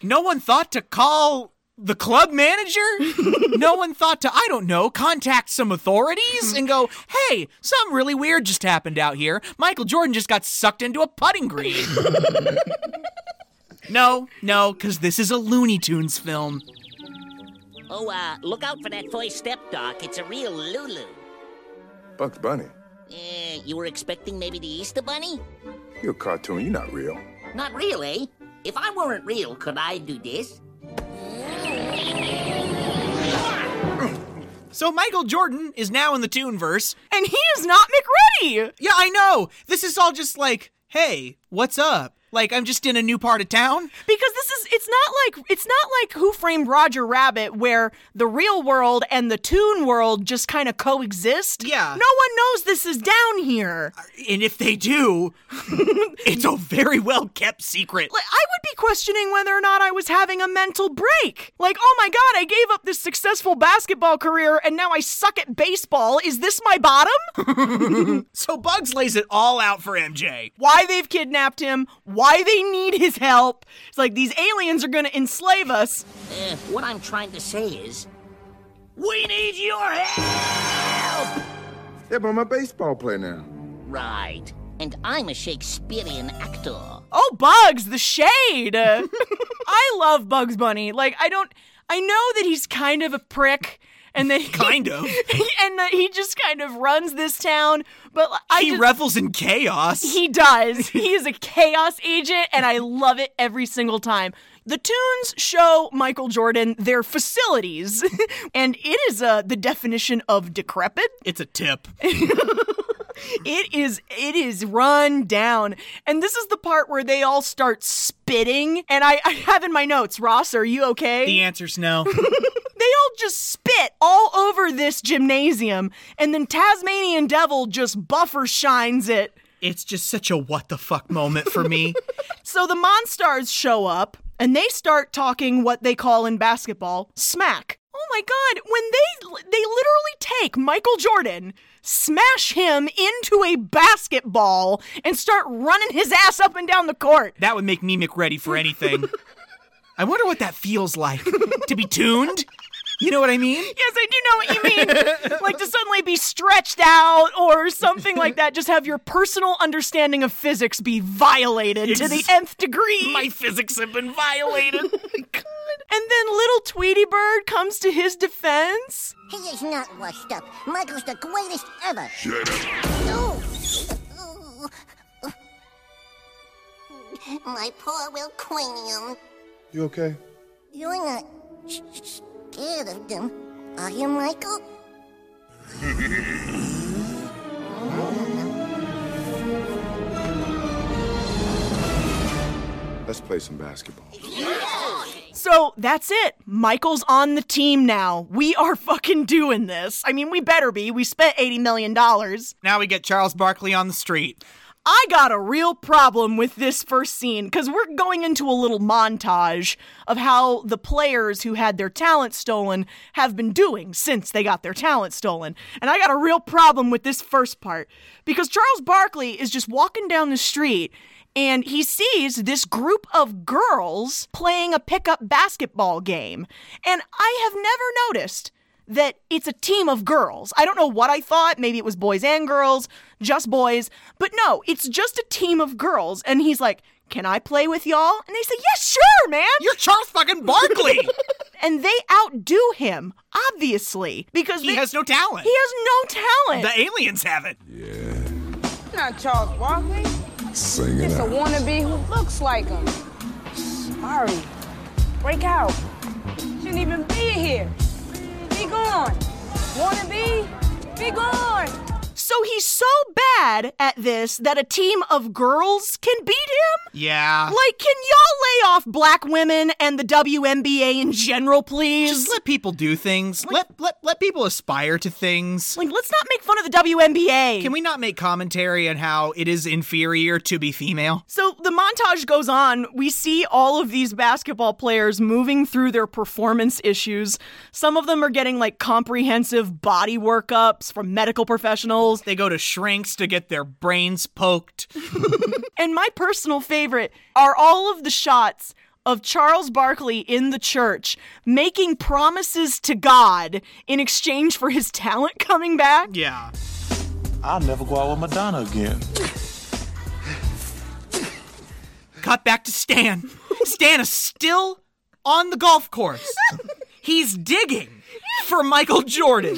Speaker 2: No one thought to call the club manager. no one thought to, I don't know, contact some authorities and go, hey, something really weird just happened out here. Michael Jordan just got sucked into a putting green. no, no, because this is a Looney Tunes film.
Speaker 5: Oh, uh, look out for that toy step, Doc. It's a real Lulu.
Speaker 7: Bugs Bunny,
Speaker 5: Eh, you were expecting maybe the Easter Bunny?
Speaker 7: you're a cartoon, you're not real.
Speaker 5: Not really. If I weren't real, could I do this?
Speaker 2: So Michael Jordan is now in the Toonverse.
Speaker 1: And he is not McReady.
Speaker 2: Yeah, I know. This is all just like, hey, what's up? Like I'm just in a new part of town.
Speaker 1: Because this is it's not like it's not like Who Framed Roger Rabbit where the real world and the toon world just kind of coexist. Yeah. No one knows this is down here.
Speaker 2: And if they do, it's a very well kept secret.
Speaker 1: Like I would be questioning whether or not I was having a mental break. Like, oh my god, I gave up this successful basketball career and now I suck at baseball. Is this my bottom?
Speaker 2: so Bugs lays it all out for MJ.
Speaker 1: Why they've kidnapped him, why they need his help. It's like these aliens are going to enslave us.
Speaker 5: Uh, what I'm trying to say is, we need your help.
Speaker 18: Yeah, but I'm a baseball player now.
Speaker 5: Right. And I'm a Shakespearean actor.
Speaker 1: Oh, Bugs, the shade. Uh, I love Bugs Bunny. Like, I don't, I know that he's kind of a prick. And that he,
Speaker 2: Kind of.
Speaker 1: and that he just kind of runs this town, but I
Speaker 2: he
Speaker 1: just-
Speaker 2: revels in chaos.
Speaker 1: He does. He is a chaos agent, and I love it every single time. The tunes show Michael Jordan their facilities, and it is uh, the definition of decrepit.
Speaker 2: It's a tip.
Speaker 1: It is it is run down, and this is the part where they all start spitting. And I, I have in my notes, Ross, are you okay?
Speaker 2: The answer's no.
Speaker 1: they all just spit all over this gymnasium, and then Tasmanian Devil just buffer shines it.
Speaker 2: It's just such a what the fuck moment for me.
Speaker 1: So the Monstars show up and they start talking what they call in basketball smack. Oh my god, when they they literally take Michael Jordan, smash him into a basketball and start running his ass up and down the court.
Speaker 2: that would make me Mick ready for anything. I wonder what that feels like to be tuned. You know what I mean?
Speaker 1: Yes, I do know what you mean. like to suddenly be stretched out or something like that, just have your personal understanding of physics be violated to the
Speaker 2: Yes.
Speaker 1: nth degree.
Speaker 2: My physics have been violated.
Speaker 1: and then little Tweety Bird comes to his defense.
Speaker 14: He is not washed up. Michael's the greatest ever.
Speaker 4: Shut up.
Speaker 14: My poor little cranium.
Speaker 12: You okay?
Speaker 14: You're not s- s- scared of them, are you, Michael?
Speaker 18: Let's play some basketball.
Speaker 1: So that's it. Michael's on the team now. We are fucking doing this. I mean, we better be. We spent $80 million.
Speaker 2: now we get Charles Barkley on the street.
Speaker 1: I got a real problem with this first scene because we're going into a little montage of how the players who had their talent stolen have been doing since they got their talent stolen. And I got a real problem with this first part because Charles Barkley is just walking down the street and he sees this group of girls playing a pickup basketball game. And I have never noticed that it's a team of girls. I don't know what I thought. Maybe it was boys and girls, just boys. But no, it's just a team of girls. And he's like, Can I play with y'all? And they say, Yes, sure, man.
Speaker 2: You're Charles fucking Barkley.
Speaker 1: and they outdo him, obviously, because
Speaker 2: He
Speaker 1: they-
Speaker 2: has no talent.
Speaker 1: He has no talent.
Speaker 2: the aliens have it.
Speaker 19: Not Charles Barkley.
Speaker 20: Sing it
Speaker 19: Just a
Speaker 20: out.
Speaker 19: wannabe who looks like him. Mari, break out. Shouldn't even be here. Be gone. Wannabe, be gone.
Speaker 1: so he's so bad at this that a team of girls can beat him?
Speaker 2: Yeah.
Speaker 1: Like, can y'all lay off black women and the WNBA in general, please?
Speaker 2: Just let people do things. let let let people aspire to things.
Speaker 1: Like, let's not make fun of the WNBA.
Speaker 2: Can we not make commentary on how it is inferior to be female?
Speaker 1: So the montage goes on. We see all of these basketball players moving through their performance issues. Some of them are getting like comprehensive body workups from medical professionals.
Speaker 2: They go to shrinks to get their brains poked.
Speaker 1: And my personal favorite are all of the shots of Charles Barkley in the church making promises to God in exchange for his talent coming back.
Speaker 2: Yeah.
Speaker 7: I'll never go out with Madonna again.
Speaker 2: Cut back to Stan. Stan is still on the golf course. He's digging for Michael Jordan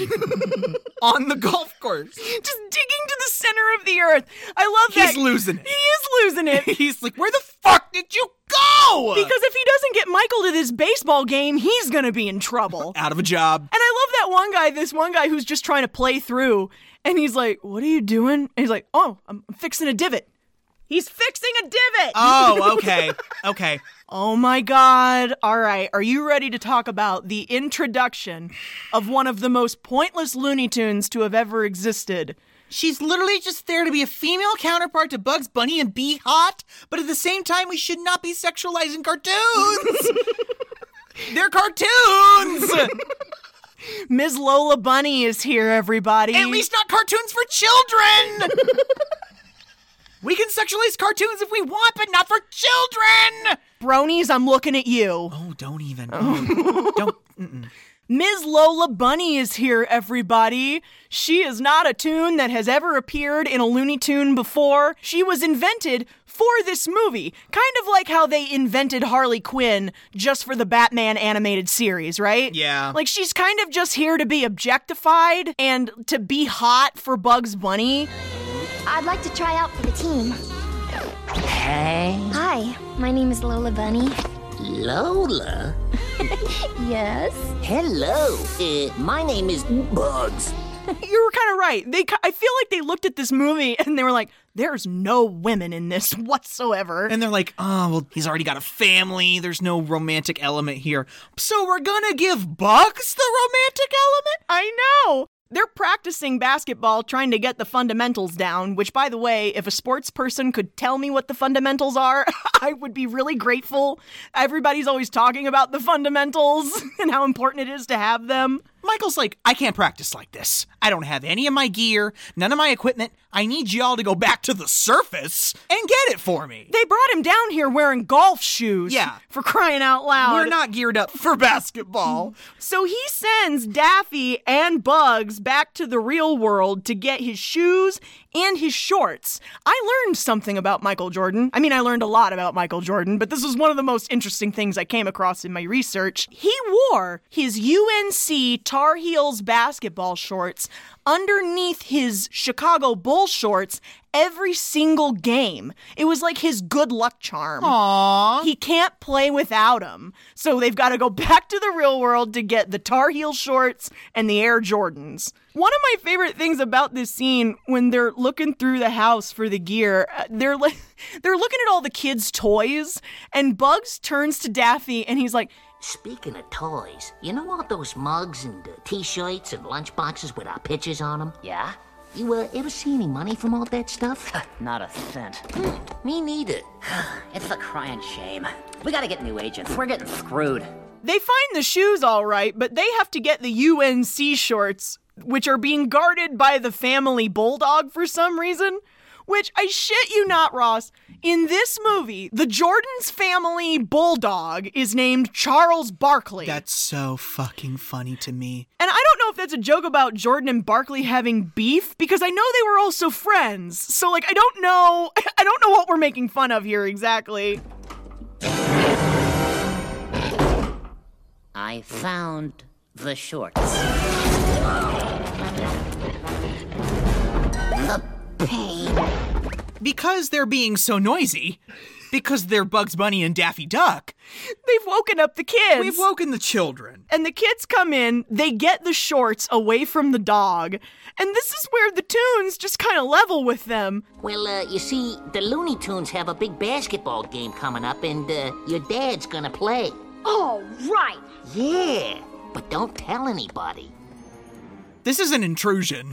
Speaker 2: on the golf course.
Speaker 1: Just digging to the center of the earth. I love that.
Speaker 2: He's losing it.
Speaker 1: He is losing it.
Speaker 2: He's like, where the fuck did you go?
Speaker 1: Because if he doesn't get Michael to this baseball game, he's gonna be in trouble.
Speaker 2: out of a job.
Speaker 1: And I love that one guy, this one guy who's just trying to play through, and he's like, What are you doing? And he's like, Oh, I'm I'm fixing a divot. He's fixing a divot.
Speaker 2: Oh, okay. Okay.
Speaker 1: oh my God. All right. Are you ready to talk about the introduction of one of the most pointless Looney Tunes to have ever existed?
Speaker 8: She's literally just there to be a female counterpart to Bugs Bunny and be hot, but at the same time, we should not be sexualizing cartoons. They're cartoons!
Speaker 1: Ms. Lola Bunny is here, everybody.
Speaker 8: at least not cartoons for children! we can sexualize cartoons if we want, but not for children!
Speaker 1: Bronies, I'm looking at you.
Speaker 2: Oh, don't even.
Speaker 1: Ms. Lola Bunny is here, everybody. She is not a tune that has ever appeared in a Looney Tune before. She was invented for this movie, kind of like how they invented Harley Quinn just for the Batman animated series, right?
Speaker 2: Yeah.
Speaker 1: Like she's kind of just here to be objectified and to be hot for Bugs Bunny.
Speaker 20: I'd like to try out for the team.
Speaker 5: Hey.
Speaker 20: Hi, my name is Lola Bunny.
Speaker 5: Lola?
Speaker 20: Yes?
Speaker 5: Hello. Uh, my name is Bugs.
Speaker 1: You were kind of right. They, ki- I feel like they looked at this movie and they were like, "There's no women in this whatsoever."
Speaker 2: And they're like, oh, well, he's already got a family. There's no romantic element here. So we're gonna give Bugs the romantic element?
Speaker 1: I know. They're practicing basketball, trying to get the fundamentals down, which, by the way, if a sports person could tell me what the fundamentals are, I would be really grateful. Everybody's always talking about the fundamentals and how important it is to have them.
Speaker 2: Michael's like, I can't practice like this. I don't have any of my gear, none of my equipment. I need y'all to go back to the surface and get it for me.
Speaker 1: They brought him down here wearing golf shoes.
Speaker 2: Yeah.
Speaker 1: For crying out loud.
Speaker 2: We're not geared up for basketball.
Speaker 1: So he sends Daffy and Bugs back to the real world to get his shoes and his shorts. I learned something about Michael Jordan. I mean, I learned a lot about Michael Jordan, but this was one of the most interesting things I came across in my research. He wore his UNC Tar Heels basketball shorts underneath his Chicago Bull shorts every single game. It was like his good luck charm.
Speaker 2: Aww.
Speaker 1: He can't play without them. So they've got to go back to the real world to get the Tar Heel shorts and the Air Jordans. One of my favorite things about this scene when they're looking through the house for the gear, uh, they're like they're looking at all the kids' toys and Bugs turns to Daffy and he's like,
Speaker 5: Speaking of toys, you know all those mugs and uh, t-shirts and lunchboxes with our pictures on them? Yeah? You uh, ever see any money from all that stuff? Hmm,
Speaker 21: Not a cent.
Speaker 5: Me neither.
Speaker 21: It's a crying shame. We gotta get new agents. We're getting screwed.
Speaker 1: They find the shoes all right, but they have to get the UNC shorts, which are being guarded by the family bulldog for some reason. Which I shit you not, Ross. In this movie, the Jordan's family bulldog is named Charles Barkley.
Speaker 2: That's so fucking funny to me.
Speaker 1: And I don't know if that's a joke about Jordan and Barkley having beef because I know they were also friends. So like I don't know I don't know what we're making fun of here exactly.
Speaker 21: I found the shorts.
Speaker 2: Because they're being so noisy, because they're Bugs Bunny and Daffy Duck,
Speaker 1: They've woken up the kids.
Speaker 2: we've woken the children.
Speaker 1: And the kids come in, they get the shorts away from the dog. And this is where the tunes just kind of level with them.
Speaker 5: Well, uh, you see, the Looney Tunes have a big basketball game coming up, and uh, your dad's gonna play.
Speaker 17: All right.
Speaker 5: Yeah, but don't tell anybody.
Speaker 2: This is an intrusion.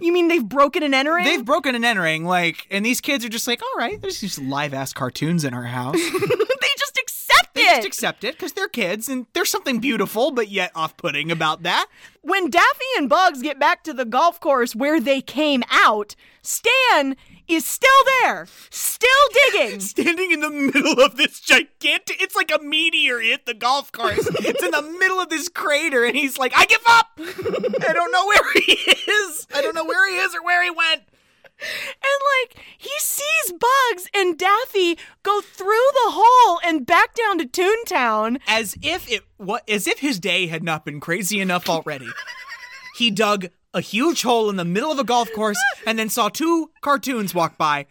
Speaker 1: You mean they've broken and entering?
Speaker 2: They've broken and entering, like, and these kids are just like, all right, there's these live ass cartoons in our house.
Speaker 1: they just accept
Speaker 2: they
Speaker 1: it.
Speaker 2: just accept it because they're kids and there's something beautiful but yet off putting about that.
Speaker 1: when Daffy and Bugs get back to the golf course where they came out, Stan is still there, still digging.
Speaker 2: Standing in the middle of this gigantic, it's like a meteor hit the golf course. it's in the middle of this crater and he's like, I give up. I don't know where he is. I don't know where he is or where he went.
Speaker 1: And like he sees Bugs and Daffy go through the hole and back down to Toontown.
Speaker 2: as if it what as if his day had not been crazy enough already. he dug a huge hole in the middle of a golf course and then saw two cartoons walk by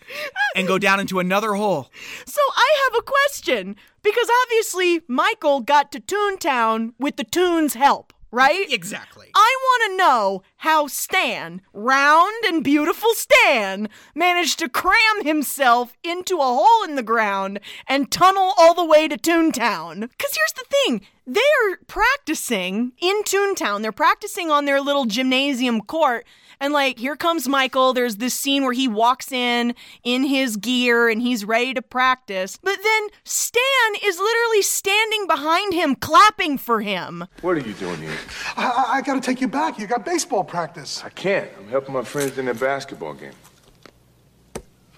Speaker 2: and go down into another hole.
Speaker 1: So I have a question because obviously Michael got to Toontown with the Toon's help, right?
Speaker 2: Exactly.
Speaker 1: I want to know how Stan, round and beautiful Stan, managed to cram himself into a hole in the ground and tunnel all the way to Toontown. Because here's the thing they're practicing in Toontown, they're practicing on their little gymnasium court. And like, here comes Michael. There's this scene where he walks in in his gear and he's ready to practice. But then Stan is literally standing behind him, clapping for him.
Speaker 7: What are you doing here?
Speaker 12: I, I, I gotta take you back. You got baseball practice.
Speaker 7: I can't. I'm helping my friends in their basketball game.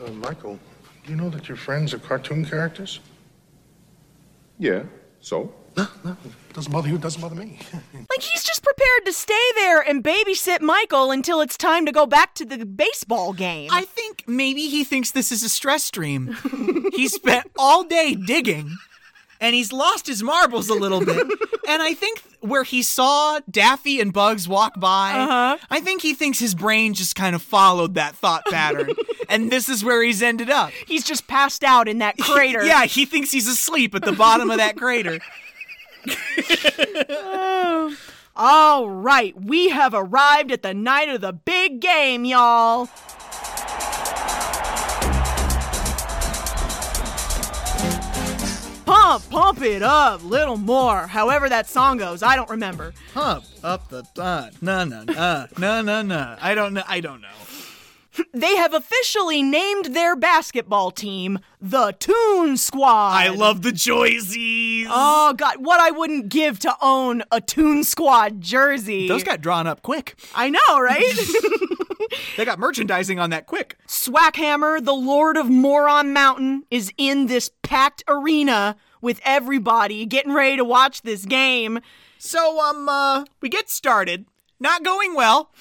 Speaker 12: Uh, Michael, do you know that your friends are cartoon characters?
Speaker 7: Yeah. So?
Speaker 12: Doesn't bother you, doesn't bother me.
Speaker 1: Like he's just prepared to stay there and babysit Michael until it's time to go back to the baseball game.
Speaker 2: I think maybe he thinks this is a stress dream. he spent all day digging and he's lost his marbles a little bit. and I think where he saw Daffy and Bugs walk by, I think he thinks his brain just kind of followed that thought pattern. and this is where he's ended up.
Speaker 1: He's just passed out in that crater.
Speaker 2: yeah, he thinks he's asleep at the bottom of that crater.
Speaker 1: Oh. All right, we have arrived at the night of the big game, y'all. Pump, pump it up, little more. However that song goes, I don't remember.
Speaker 2: Pump up the uh, no no no no no no. I don't know. I don't know.
Speaker 1: They have officially named their basketball team the Toon Squad. I
Speaker 2: love the Joysies.
Speaker 1: Oh god, what I wouldn't give to own a Toon Squad jersey.
Speaker 2: Those got drawn up quick.
Speaker 1: I know, right?
Speaker 2: They got merchandising on that quick.
Speaker 1: Swackhammer, the Lord of Moron Mountain, is in this packed arena with everybody getting ready to watch this game.
Speaker 2: So, um, uh, we get started. Not going well,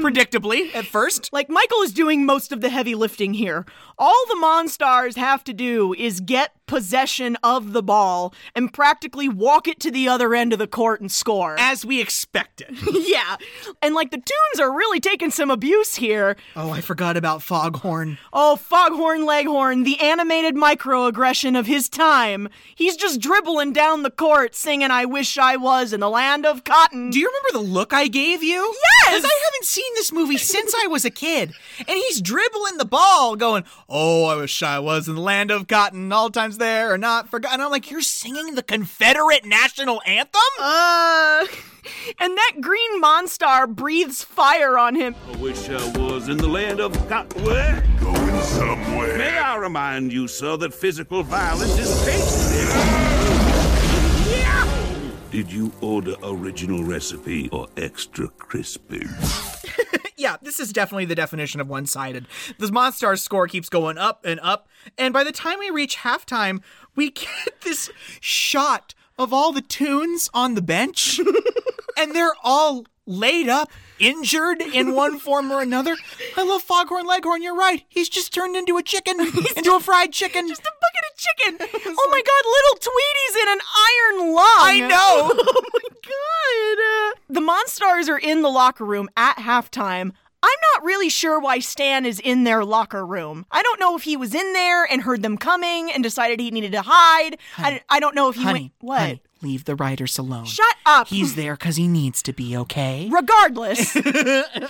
Speaker 2: predictably, at first.
Speaker 1: Like, Michael is doing most of the heavy lifting here. All the Monstars have to do is get possession of the ball and practically walk it to the other end of the court and score.
Speaker 2: As we expected.
Speaker 1: yeah. And, like, the Toons are really taking some abuse here.
Speaker 2: Oh, I forgot about Foghorn.
Speaker 1: Oh, Foghorn Leghorn, the animated microaggression of his time. He's just dribbling down the court singing, I wish I was in the land of cotton.
Speaker 2: Do you remember the look I gave you?
Speaker 1: Yes!
Speaker 2: 'Cause I haven't seen this movie since I was a kid. And he's dribbling the ball, going, Oh, I wish I was in the land of cotton, all times there are not forgotten. I'm like, You're singing the Confederate national anthem?
Speaker 1: Uh. And that green monstar breathes fire on him.
Speaker 10: I wish I was in the land of Cottonwood. Going somewhere. May I remind you, sir, that physical violence is tasteless. Did you order original recipe or extra crispy?
Speaker 2: yeah, this is definitely the definition of one sided. The Monstar's score keeps going up and up, and by the time we reach halftime, we get this shot of all the tunes on the bench, and they're all laid up, injured in one form or another. I love Foghorn Leghorn, you're right. He's just turned into a chicken, into a fried chicken. Just a
Speaker 1: bucket of chicken. oh my god, little Tweety's in an iron lung.
Speaker 2: I know.
Speaker 1: oh my god. The Monstars are in the locker room at halftime. I'm not really sure why Stan is in their locker room. I don't know if he was in there and heard them coming and decided he needed to hide. I, I don't know if he
Speaker 2: honey,
Speaker 1: went. What?
Speaker 2: honey, leave the writers alone.
Speaker 1: Shut up.
Speaker 2: He's there because he needs to be, okay?
Speaker 1: Regardless,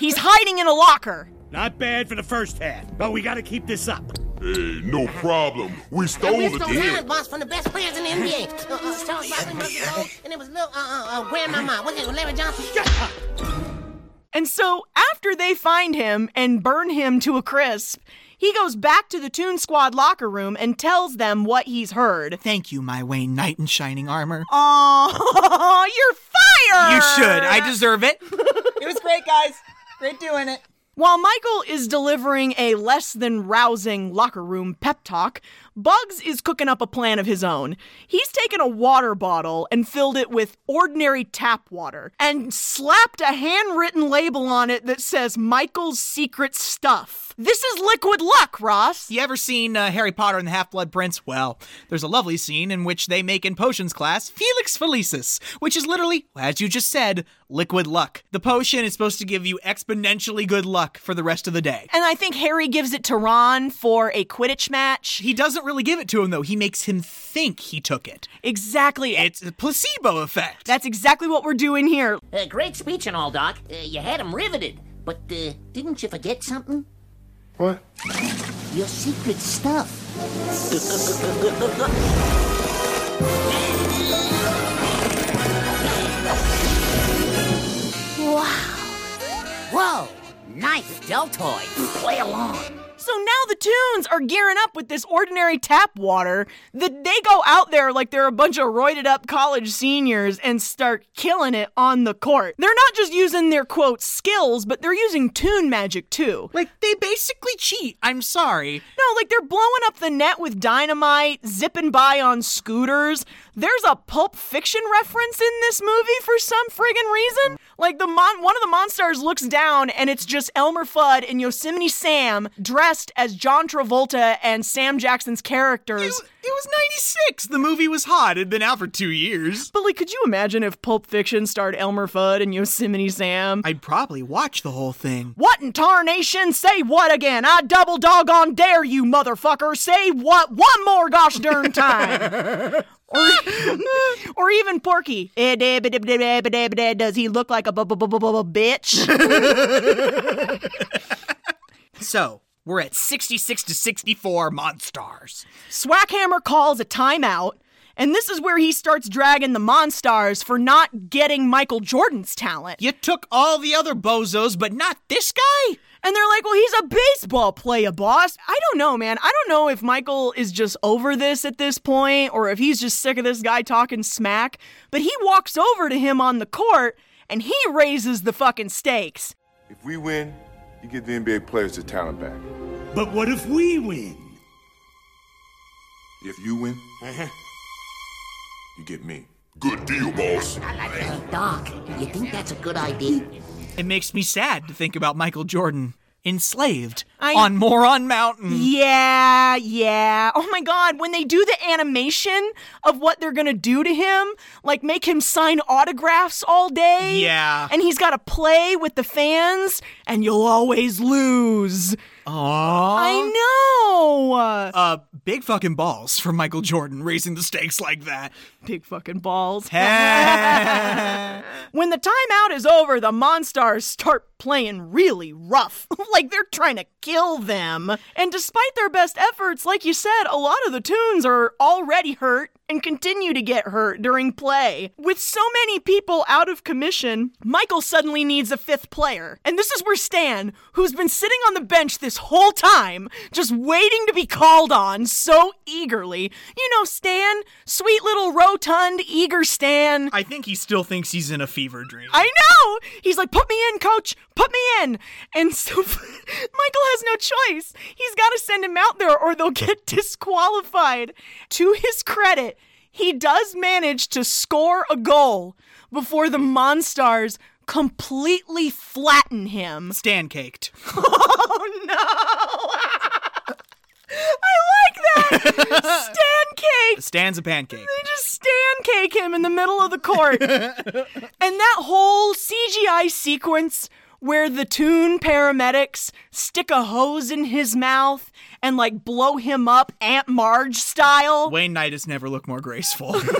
Speaker 1: he's hiding in a locker.
Speaker 10: Not bad for the first half, but we gotta keep this up.
Speaker 3: Hey, no problem. We
Speaker 14: And
Speaker 3: stole
Speaker 14: we
Speaker 3: it
Speaker 14: stole
Speaker 3: then.
Speaker 14: talent, boss, from the best players in the NBA. Uh, uh, Charles Barkley was the goal, and it was little uh, uh, uh, grandmama. What's his name? Larry Johnson.
Speaker 1: And so after they find him and burn him to a crisp, he goes back to the Toon Squad locker room and tells them what he's heard.
Speaker 2: Thank you, my Wayne Knight in shining armor.
Speaker 1: Oh, you're fired!
Speaker 2: You should. I deserve it. it was great, guys. Great doing it.
Speaker 1: While Michael is delivering a less than rousing locker room pep talk, Bugs is cooking up a plan of his own. He's taken a water bottle and filled it with ordinary tap water and slapped a handwritten label on it that says Michael's secret stuff. This is liquid luck, Ross.
Speaker 2: You ever seen uh, Harry Potter and the Half Blood Prince? Well, there's a lovely scene in which they make in potions class Felix Felicis, which is literally, as you just said, liquid luck. The potion is supposed to give you exponentially good luck for the rest of the day.
Speaker 1: And I think Harry gives it to Ron for a Quidditch match.
Speaker 2: He doesn't doesn't really give it to him though. He makes him think he took it.
Speaker 1: Exactly.
Speaker 2: It's a placebo effect.
Speaker 1: That's exactly what we're doing here.
Speaker 5: Uh, great speech and all, Doc. Uh, you had him riveted. But uh, didn't you forget something?
Speaker 12: What?
Speaker 5: Your secret stuff.
Speaker 1: Wow.
Speaker 5: Whoa! Nice deltoid. Play along.
Speaker 1: So now the tunes are gearing up with this ordinary tap water. That they go out there like they're a bunch of roided up college seniors and start killing it on the court. They're not just using their quote skills, but they're using tune magic too.
Speaker 2: Like they basically cheat. I'm sorry.
Speaker 1: No, like they're blowing up the net with dynamite, zipping by on scooters. There's a Pulp Fiction reference in this movie for some friggin' reason. Like the mon- one of the monsters looks down and it's just Elmer Fudd and Yosemite Sam dressed as John Travolta and Sam Jackson's characters.
Speaker 2: It was 96. The movie was hot. It had been out for two years.
Speaker 1: But like, could you imagine if Pulp Fiction starred Elmer Fudd and Yosemite Sam?
Speaker 2: I'd probably watch the whole thing.
Speaker 1: What in tarnation? Say what again? I double doggone dare you, motherfucker. Say what one more gosh darn time. or, or even Porky. Eh, deh, ba, deh, ba, deh, ba, deh, ba, deh. Does he look like a bu- bu- bu- bu- bu- bitch?
Speaker 2: So we're at 66 to 64 Monstars.
Speaker 1: Swackhammer calls a timeout, and this is where he starts dragging the Monstars for not getting Michael Jordan's talent.
Speaker 2: You took all the other bozos, but not this guy?
Speaker 1: And they're like, well, he's a baseball player, boss. I don't know, man. I don't know if Michael is just over this at this point or if he's just sick of this guy talking smack, but he walks over to him on the court and he raises the fucking stakes.
Speaker 18: If we win, you get the NBA players their talent back.
Speaker 10: But what if we win?
Speaker 18: If you win, you get me.
Speaker 3: Uh-huh. Good deal, boss.
Speaker 5: Hey, Doc, you think that's a good idea?
Speaker 2: It makes me sad to think about Michael Jordan enslaved
Speaker 1: I-
Speaker 2: on Moron Mountain.
Speaker 1: Yeah, yeah. Oh my god, when they do the animation of what they're gonna do to him, like make him sign autographs all day.
Speaker 2: Yeah.
Speaker 1: And he's gotta play with the fans, and you'll always lose.
Speaker 2: Aww.
Speaker 1: I know.
Speaker 2: Uh, big fucking balls from Michael Jordan raising the stakes like that.
Speaker 1: Big fucking balls. when the timeout is over, the Monstars start playing really rough. like they're trying to kill them. And despite their best efforts, like you said, a lot of the tunes are already hurt and continue to get hurt during play. With so many people out of commission, Michael suddenly needs a fifth player. And this is where Stan, who's been sitting on the bench this whole time, just waiting to be called on so eagerly. You know, Stan, sweet little rotund, eager Stan.
Speaker 2: I think he still thinks he's in a fever dream.
Speaker 1: I know. He's like, put me in, coach. Put me in. And so Michael has no choice. He's got to send him out there or they'll get disqualified. To his credit, he does manage to score a goal before the Monstars completely flatten him.
Speaker 2: Stan caked.
Speaker 1: Oh no. I like that. Stan cake.
Speaker 2: Stan's a pancake.
Speaker 1: They just stand cake him in the middle of the court. and that whole CGI sequence where the tune paramedics stick a hose in his mouth and like blow him up Aunt Marge style.
Speaker 2: Wayne Knight has never looked more graceful.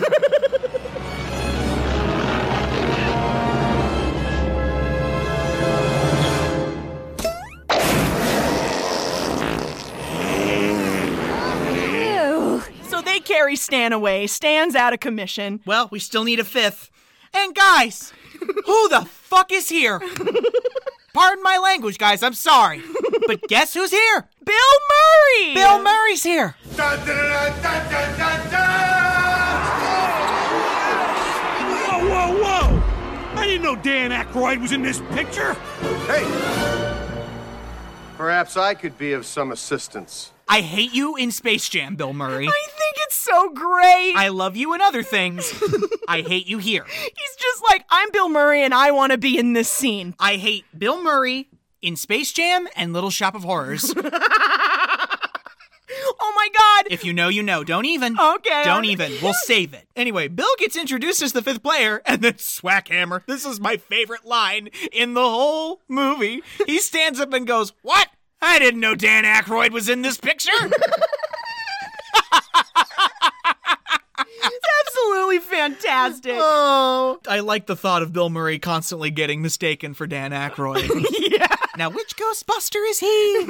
Speaker 1: So they carry Stan away. Stan's out of commission.
Speaker 2: well, we still need a fifth. And guys, who the fuck is here? Pardon my language, guys. I'm sorry. But guess who's here?
Speaker 1: Bill Murray!
Speaker 2: Bill Murray's here.
Speaker 10: Whoa, whoa, whoa! I didn't know Dan Aykroyd was in this picture.
Speaker 6: Perhaps I could be of some assistance.
Speaker 2: I hate you in Space Jam, Bill Murray.
Speaker 1: I think it's so great.
Speaker 2: I love you in other things. I hate you here.
Speaker 1: He's just like, I'm Bill Murray and I want to be in this scene.
Speaker 2: I hate Bill Murray in Space Jam and Little Shop of Horrors.
Speaker 1: Oh my god.
Speaker 2: If you know, you know. Don't even.
Speaker 1: Okay,
Speaker 2: Don't
Speaker 1: okay.
Speaker 2: even. We'll save it. Anyway, Bill gets introduced as the fifth player, and then Swackhammer. This is my favorite line in the whole movie. He stands up and goes, "What? I didn't know Dan Aykroyd was in this picture."
Speaker 1: really fantastic.
Speaker 2: Oh. I like the thought of Bill Murray constantly getting mistaken for Dan Aykroyd.
Speaker 1: yeah.
Speaker 2: Now, which Ghostbuster is he?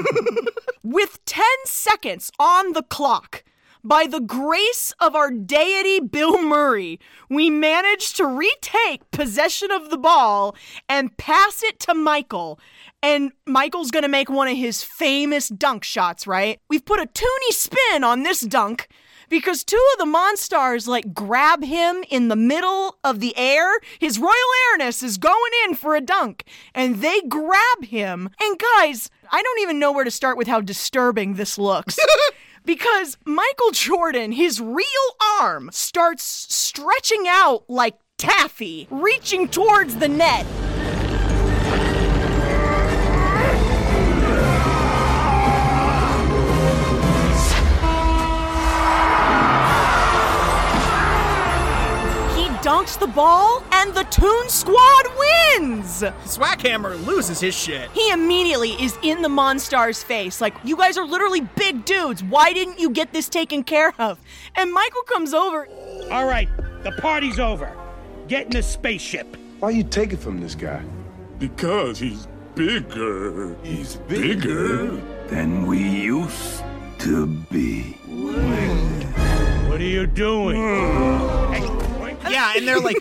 Speaker 1: With 10 seconds on the clock, by the grace of our deity Bill Murray, we managed to retake possession of the ball and pass it to Michael. And Michael's going to make one of his famous dunk shots, right? We've put a toony spin on this dunk because two of the Monstars like grab him in the middle of the air. His Royal Airness is going in for a dunk, and they grab him. And guys, I don't even know where to start with how disturbing this looks. Because Michael Jordan, his real arm starts stretching out like taffy, reaching towards the net. He dunks the ball, and the Toon Squad wins!
Speaker 2: Swackhammer loses his shit.
Speaker 1: He immediately is in the Monstar's face, like, you guys are literally big dudes. Why didn't you get this taken care of? And Michael comes over.
Speaker 10: All right, the party's over. Get in the spaceship.
Speaker 18: Why you take it from this guy?
Speaker 3: Because he's bigger. He's bigger.
Speaker 9: than we used to be.
Speaker 10: What are you doing?
Speaker 2: yeah, and they're like,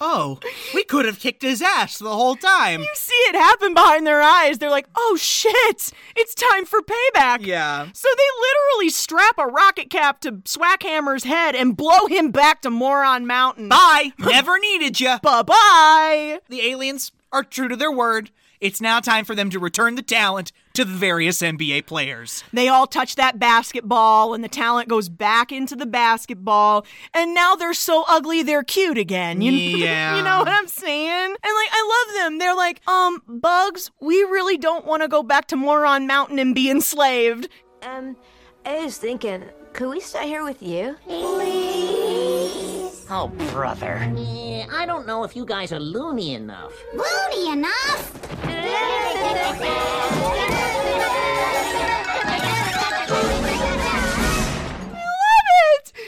Speaker 2: oh, we could have kicked his ass the whole time.
Speaker 1: You see it happen behind their eyes. They're like, oh shit, it's time for payback.
Speaker 2: Yeah.
Speaker 1: So they literally strap a rocket cap to Swackhammer's head and blow him back to Moron Mountain.
Speaker 2: Bye. Never needed you.
Speaker 1: Bye bye.
Speaker 2: The aliens are true to their word. It's now time for them to return the talent to the various NBA players.
Speaker 1: They all touch that basketball, and the talent goes back into the basketball. And now they're so ugly, they're cute again. You,
Speaker 2: Yeah.
Speaker 1: you know what I'm saying? And like, I love them. They're like, um, Bugs, we really don't want to go back to Moron Mountain and be enslaved.
Speaker 11: Um, I was thinking, could we stay here with you?
Speaker 5: Oh, brother. Yeah, Uh, I don't know if you guys are loony enough. Loony enough?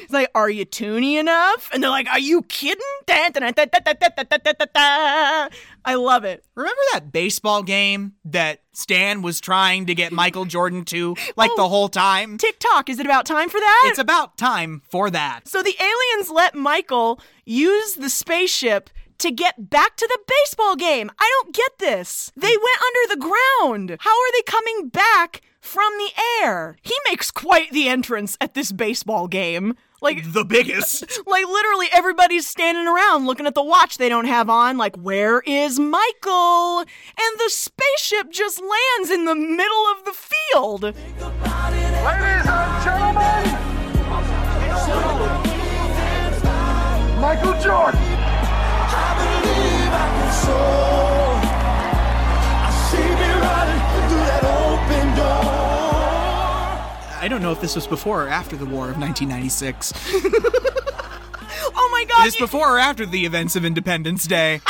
Speaker 1: It's like, are you toony enough? And they're like, are you kidding? Da, da, da, da, da, da, da, da, da, da, da. I love it.
Speaker 2: Remember that baseball game that Stan was trying to get Michael Jordan to, like the whole time?
Speaker 1: TikTok, is it about time for that?
Speaker 2: It's about time for that.
Speaker 1: So the aliens let Michael use the spaceship to get back to the baseball game. I don't get this. They went under the ground. How are they coming back from the air? He makes quite the entrance at this baseball game. Like
Speaker 2: The biggest.
Speaker 1: like literally everybody's standing around looking at the watch they don't have on like where is Michael? And the spaceship just lands in the middle of the field.
Speaker 12: Ladies and gentlemen, Michael Jordan.
Speaker 2: I don't know if this was before or after the War of 1996.
Speaker 1: Oh my
Speaker 2: Is
Speaker 1: god.
Speaker 2: this before or after the events of Independence Day?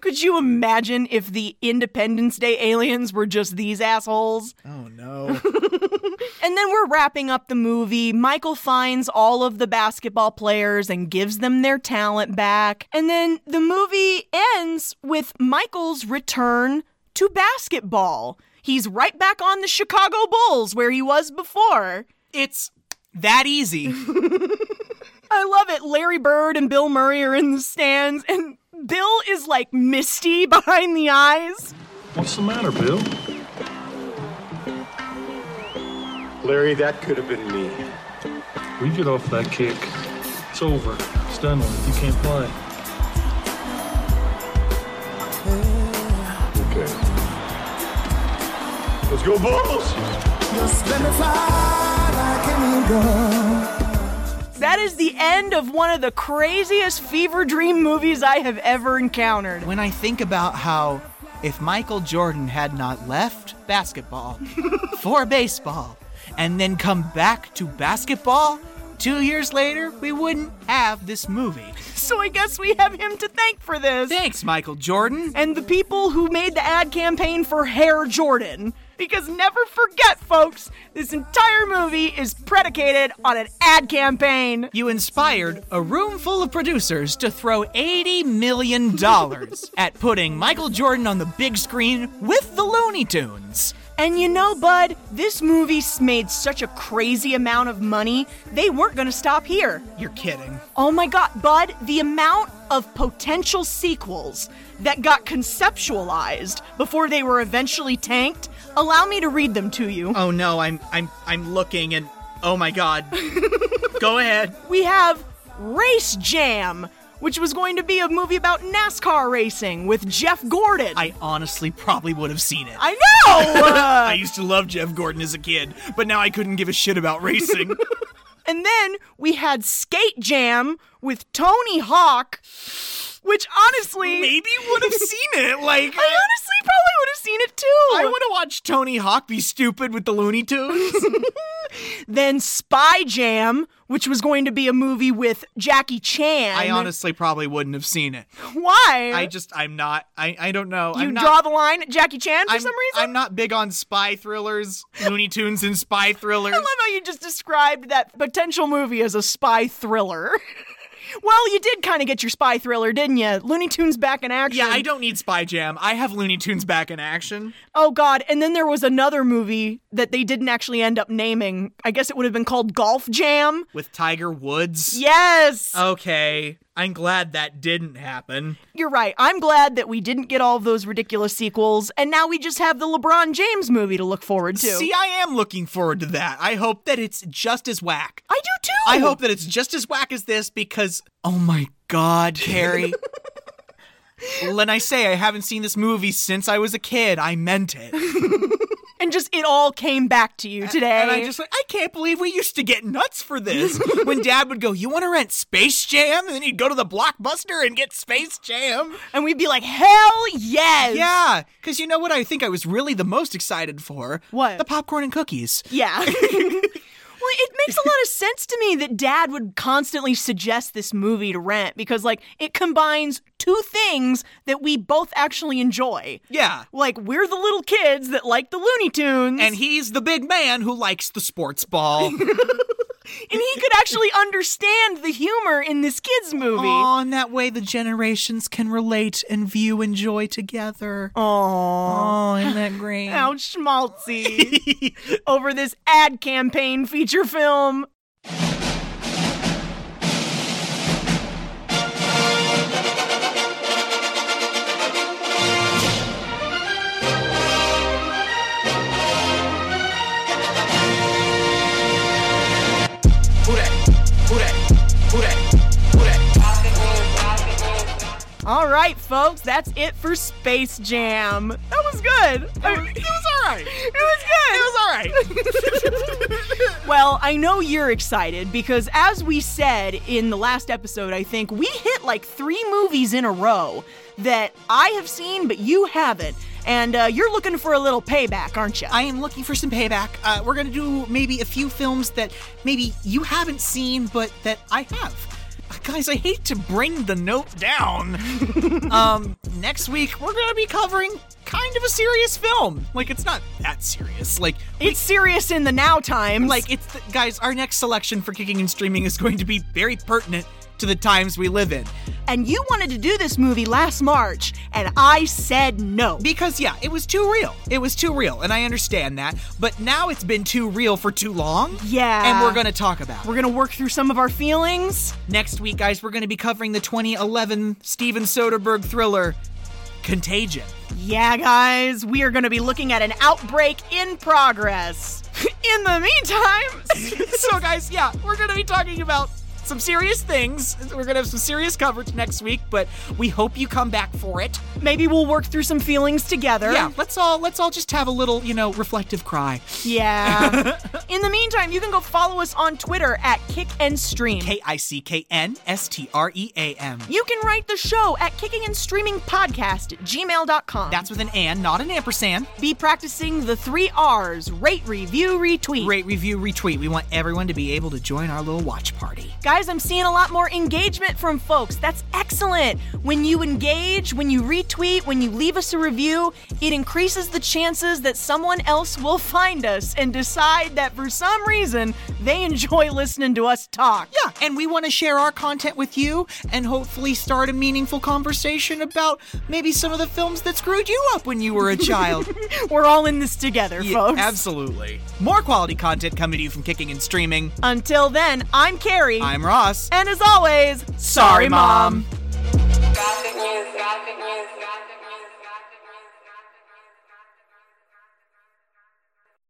Speaker 1: Could you imagine if the Independence Day aliens were just these assholes?
Speaker 2: Oh no.
Speaker 1: And then we're wrapping up the movie. Michael finds all of the basketball players and gives them their talent back. And then the movie ends with Michael's return to basketball. He's right back on the Chicago Bulls where he was before.
Speaker 2: It's that easy.
Speaker 1: I love it. Larry Bird and Bill Murray are in the stands, and Bill is like misty behind the eyes.
Speaker 22: What's the matter, Bill?
Speaker 6: Larry, that could have been me.
Speaker 22: We get off that kick. It's over. It's done with. You can't play.
Speaker 6: Okay. Let's go, Bulls!
Speaker 1: That is the end of one of the craziest fever dream movies I have ever encountered.
Speaker 2: When I think about how if Michael Jordan had not left basketball for baseball and then come back to basketball, two years later, we wouldn't have this movie.
Speaker 1: So I guess we have him to thank for this.
Speaker 2: Thanks, Michael Jordan.
Speaker 1: And the people who made the ad campaign for Hair Jordan. Because never forget, folks, this entire movie is predicated on an ad campaign.
Speaker 2: You inspired a room full of producers to throw $80 million at putting Michael Jordan on the big screen with the Looney Tunes.
Speaker 1: And you know, bud, this movie s- made such a crazy amount of money, they weren't gonna stop here.
Speaker 2: You're kidding.
Speaker 1: Oh my god, bud, the amount of potential sequels that got conceptualized before they were eventually tanked. Allow me to read them to you.
Speaker 2: Oh no, I'm I'm I'm looking and oh my god. Go ahead.
Speaker 1: We have Race Jam, which was going to be a movie about NASCAR racing with Jeff Gordon.
Speaker 2: I honestly probably would have seen it.
Speaker 1: I know!
Speaker 2: I used to love Jeff Gordon as a kid, but now I couldn't give a shit about racing.
Speaker 1: And then we had Skate Jam with Tony Hawk, which honestly.
Speaker 2: Maybe would have seen it. Like,
Speaker 1: I honestly probably would have seen it too.
Speaker 2: I want to watch Tony Hawk be stupid with the Looney Tunes.
Speaker 1: Then Spy Jam, which was going to be a movie with Jackie Chan.
Speaker 2: I honestly probably wouldn't have seen it.
Speaker 1: Why?
Speaker 2: I just, I'm not, I, I don't know.
Speaker 1: you
Speaker 2: I'm not,
Speaker 1: draw the line at Jackie Chan for
Speaker 2: I'm,
Speaker 1: some reason?
Speaker 2: I'm not big on spy thrillers, Looney Tunes and spy thrillers.
Speaker 1: I love how you just described that potential movie as a spy thriller. well, you did kind of get your spy thriller, didn't you? Looney Tunes back in action.
Speaker 2: yeah, I don't need Spy Jam. I have Looney Tunes back in action.
Speaker 1: Oh God! And then there was another movie that they didn't actually end up naming. I guess it would have been called Golf Jam.
Speaker 2: With Tiger Woods?
Speaker 1: Yes.
Speaker 2: Uh, Okay. I'm glad that didn't happen.
Speaker 1: You're right. I'm glad that we didn't get all of those ridiculous sequels, and now we just have the LeBron James movie to look forward to.
Speaker 2: See, I am looking forward to that. I hope that it's just as whack.
Speaker 1: I do too.
Speaker 2: I hope that it's just as whack as this because, oh my God, Carrie. when I say I haven't seen this movie since I was a kid, I meant it.
Speaker 1: And just it all came back to you today.
Speaker 2: And I just like, I can't believe we used to get nuts for this. when dad would go, You want to rent Space Jam? And then he'd go to the Blockbuster and get Space Jam.
Speaker 1: and we'd be like, hell yes.
Speaker 2: Yeah, because you know what I think I was really the most excited for?
Speaker 1: What?
Speaker 2: The popcorn and cookies.
Speaker 1: Yeah. well, it makes a lot of sense to me that dad would constantly suggest this movie to rent because, like, it combines two things that we both actually enjoy.
Speaker 2: Yeah.
Speaker 1: Like, we're the little kids that like the Looney Tunes.
Speaker 2: And he's the big man who likes the sports ball.
Speaker 1: and he could actually understand the humor in this kids' movie.
Speaker 2: Aw, and that way the generations can relate and view and joy together.
Speaker 1: Aww.
Speaker 2: Oh, isn't that great?
Speaker 1: How schmaltzy over this ad campaign feature film. All right, folks, that's it for Space Jam. That was good. I mean, It was all right. It was good. It was all right. well, I know you're excited because, as we said in the last episode, I think we hit like three movies in a row that I have seen but you haven't, and uh, you're looking for a little payback, aren't you?
Speaker 2: I am looking for some payback. Uh, we're going to do maybe a few films that maybe you haven't seen, but that I have. Uh, Guys, I hate to bring the note down. um, next week, we're going to be covering kind of a serious film. Like, it's not that serious. Like, we-
Speaker 1: it's serious in the now times.
Speaker 2: like it's the, guys our next selection for kicking and streaming is going to be very pertinent to the times we live in
Speaker 1: and you wanted to do this movie last March, and I said no.
Speaker 2: because yeah it was too real it was too real and i understand that but now it's been too real for too long
Speaker 1: Yeah.
Speaker 2: and we're gonna talk about it.
Speaker 1: We're gonna work through some of our feelings.
Speaker 2: next week guys we're gonna be covering the 2011 steven soderbergh thriller contagion
Speaker 1: Yeah, guys, we are gonna be looking at an outbreak in progress. in the meantime,
Speaker 2: so guys yeah we're gonna be talking about some serious things we're gonna have some serious coverage next week but we hope you come back for it
Speaker 1: maybe we'll work through some feelings together.
Speaker 2: yeah let's all let's all just have a little you know reflective cry
Speaker 1: Yeah. in the meantime, you can go follow us on Twitter at Kick and Stream.
Speaker 2: K I C K N S T R E A M.
Speaker 1: you can write the show at kicking and streaming podcast at gmail.com.
Speaker 2: That's with an and, not an ampersand.
Speaker 1: be practicing the three R's rate, review, retweet.
Speaker 2: Rate, review, retweet. We want everyone to be able to join our little watch party.
Speaker 1: Guys, guys, I'm seeing a lot more engagement from folks. That's excellent. When you engage, when you retweet, when you leave us a review, it increases the chances that someone else will find us and decide that for some reason they enjoy listening to us talk.
Speaker 2: Yeah, and we want to share our content with you and hopefully start a meaningful conversation about maybe some of the films that screwed you up when you were a child.
Speaker 1: We're all in this together,
Speaker 2: Yeah,
Speaker 1: folks.
Speaker 2: Absolutely. More quality content coming to you from Kicking and Streaming.
Speaker 1: Until then, I'm Carrie.
Speaker 2: I'm Ross.
Speaker 1: And as always,
Speaker 2: Sorry, Mom.
Speaker 14: Gossip news, gossip news, gossip news.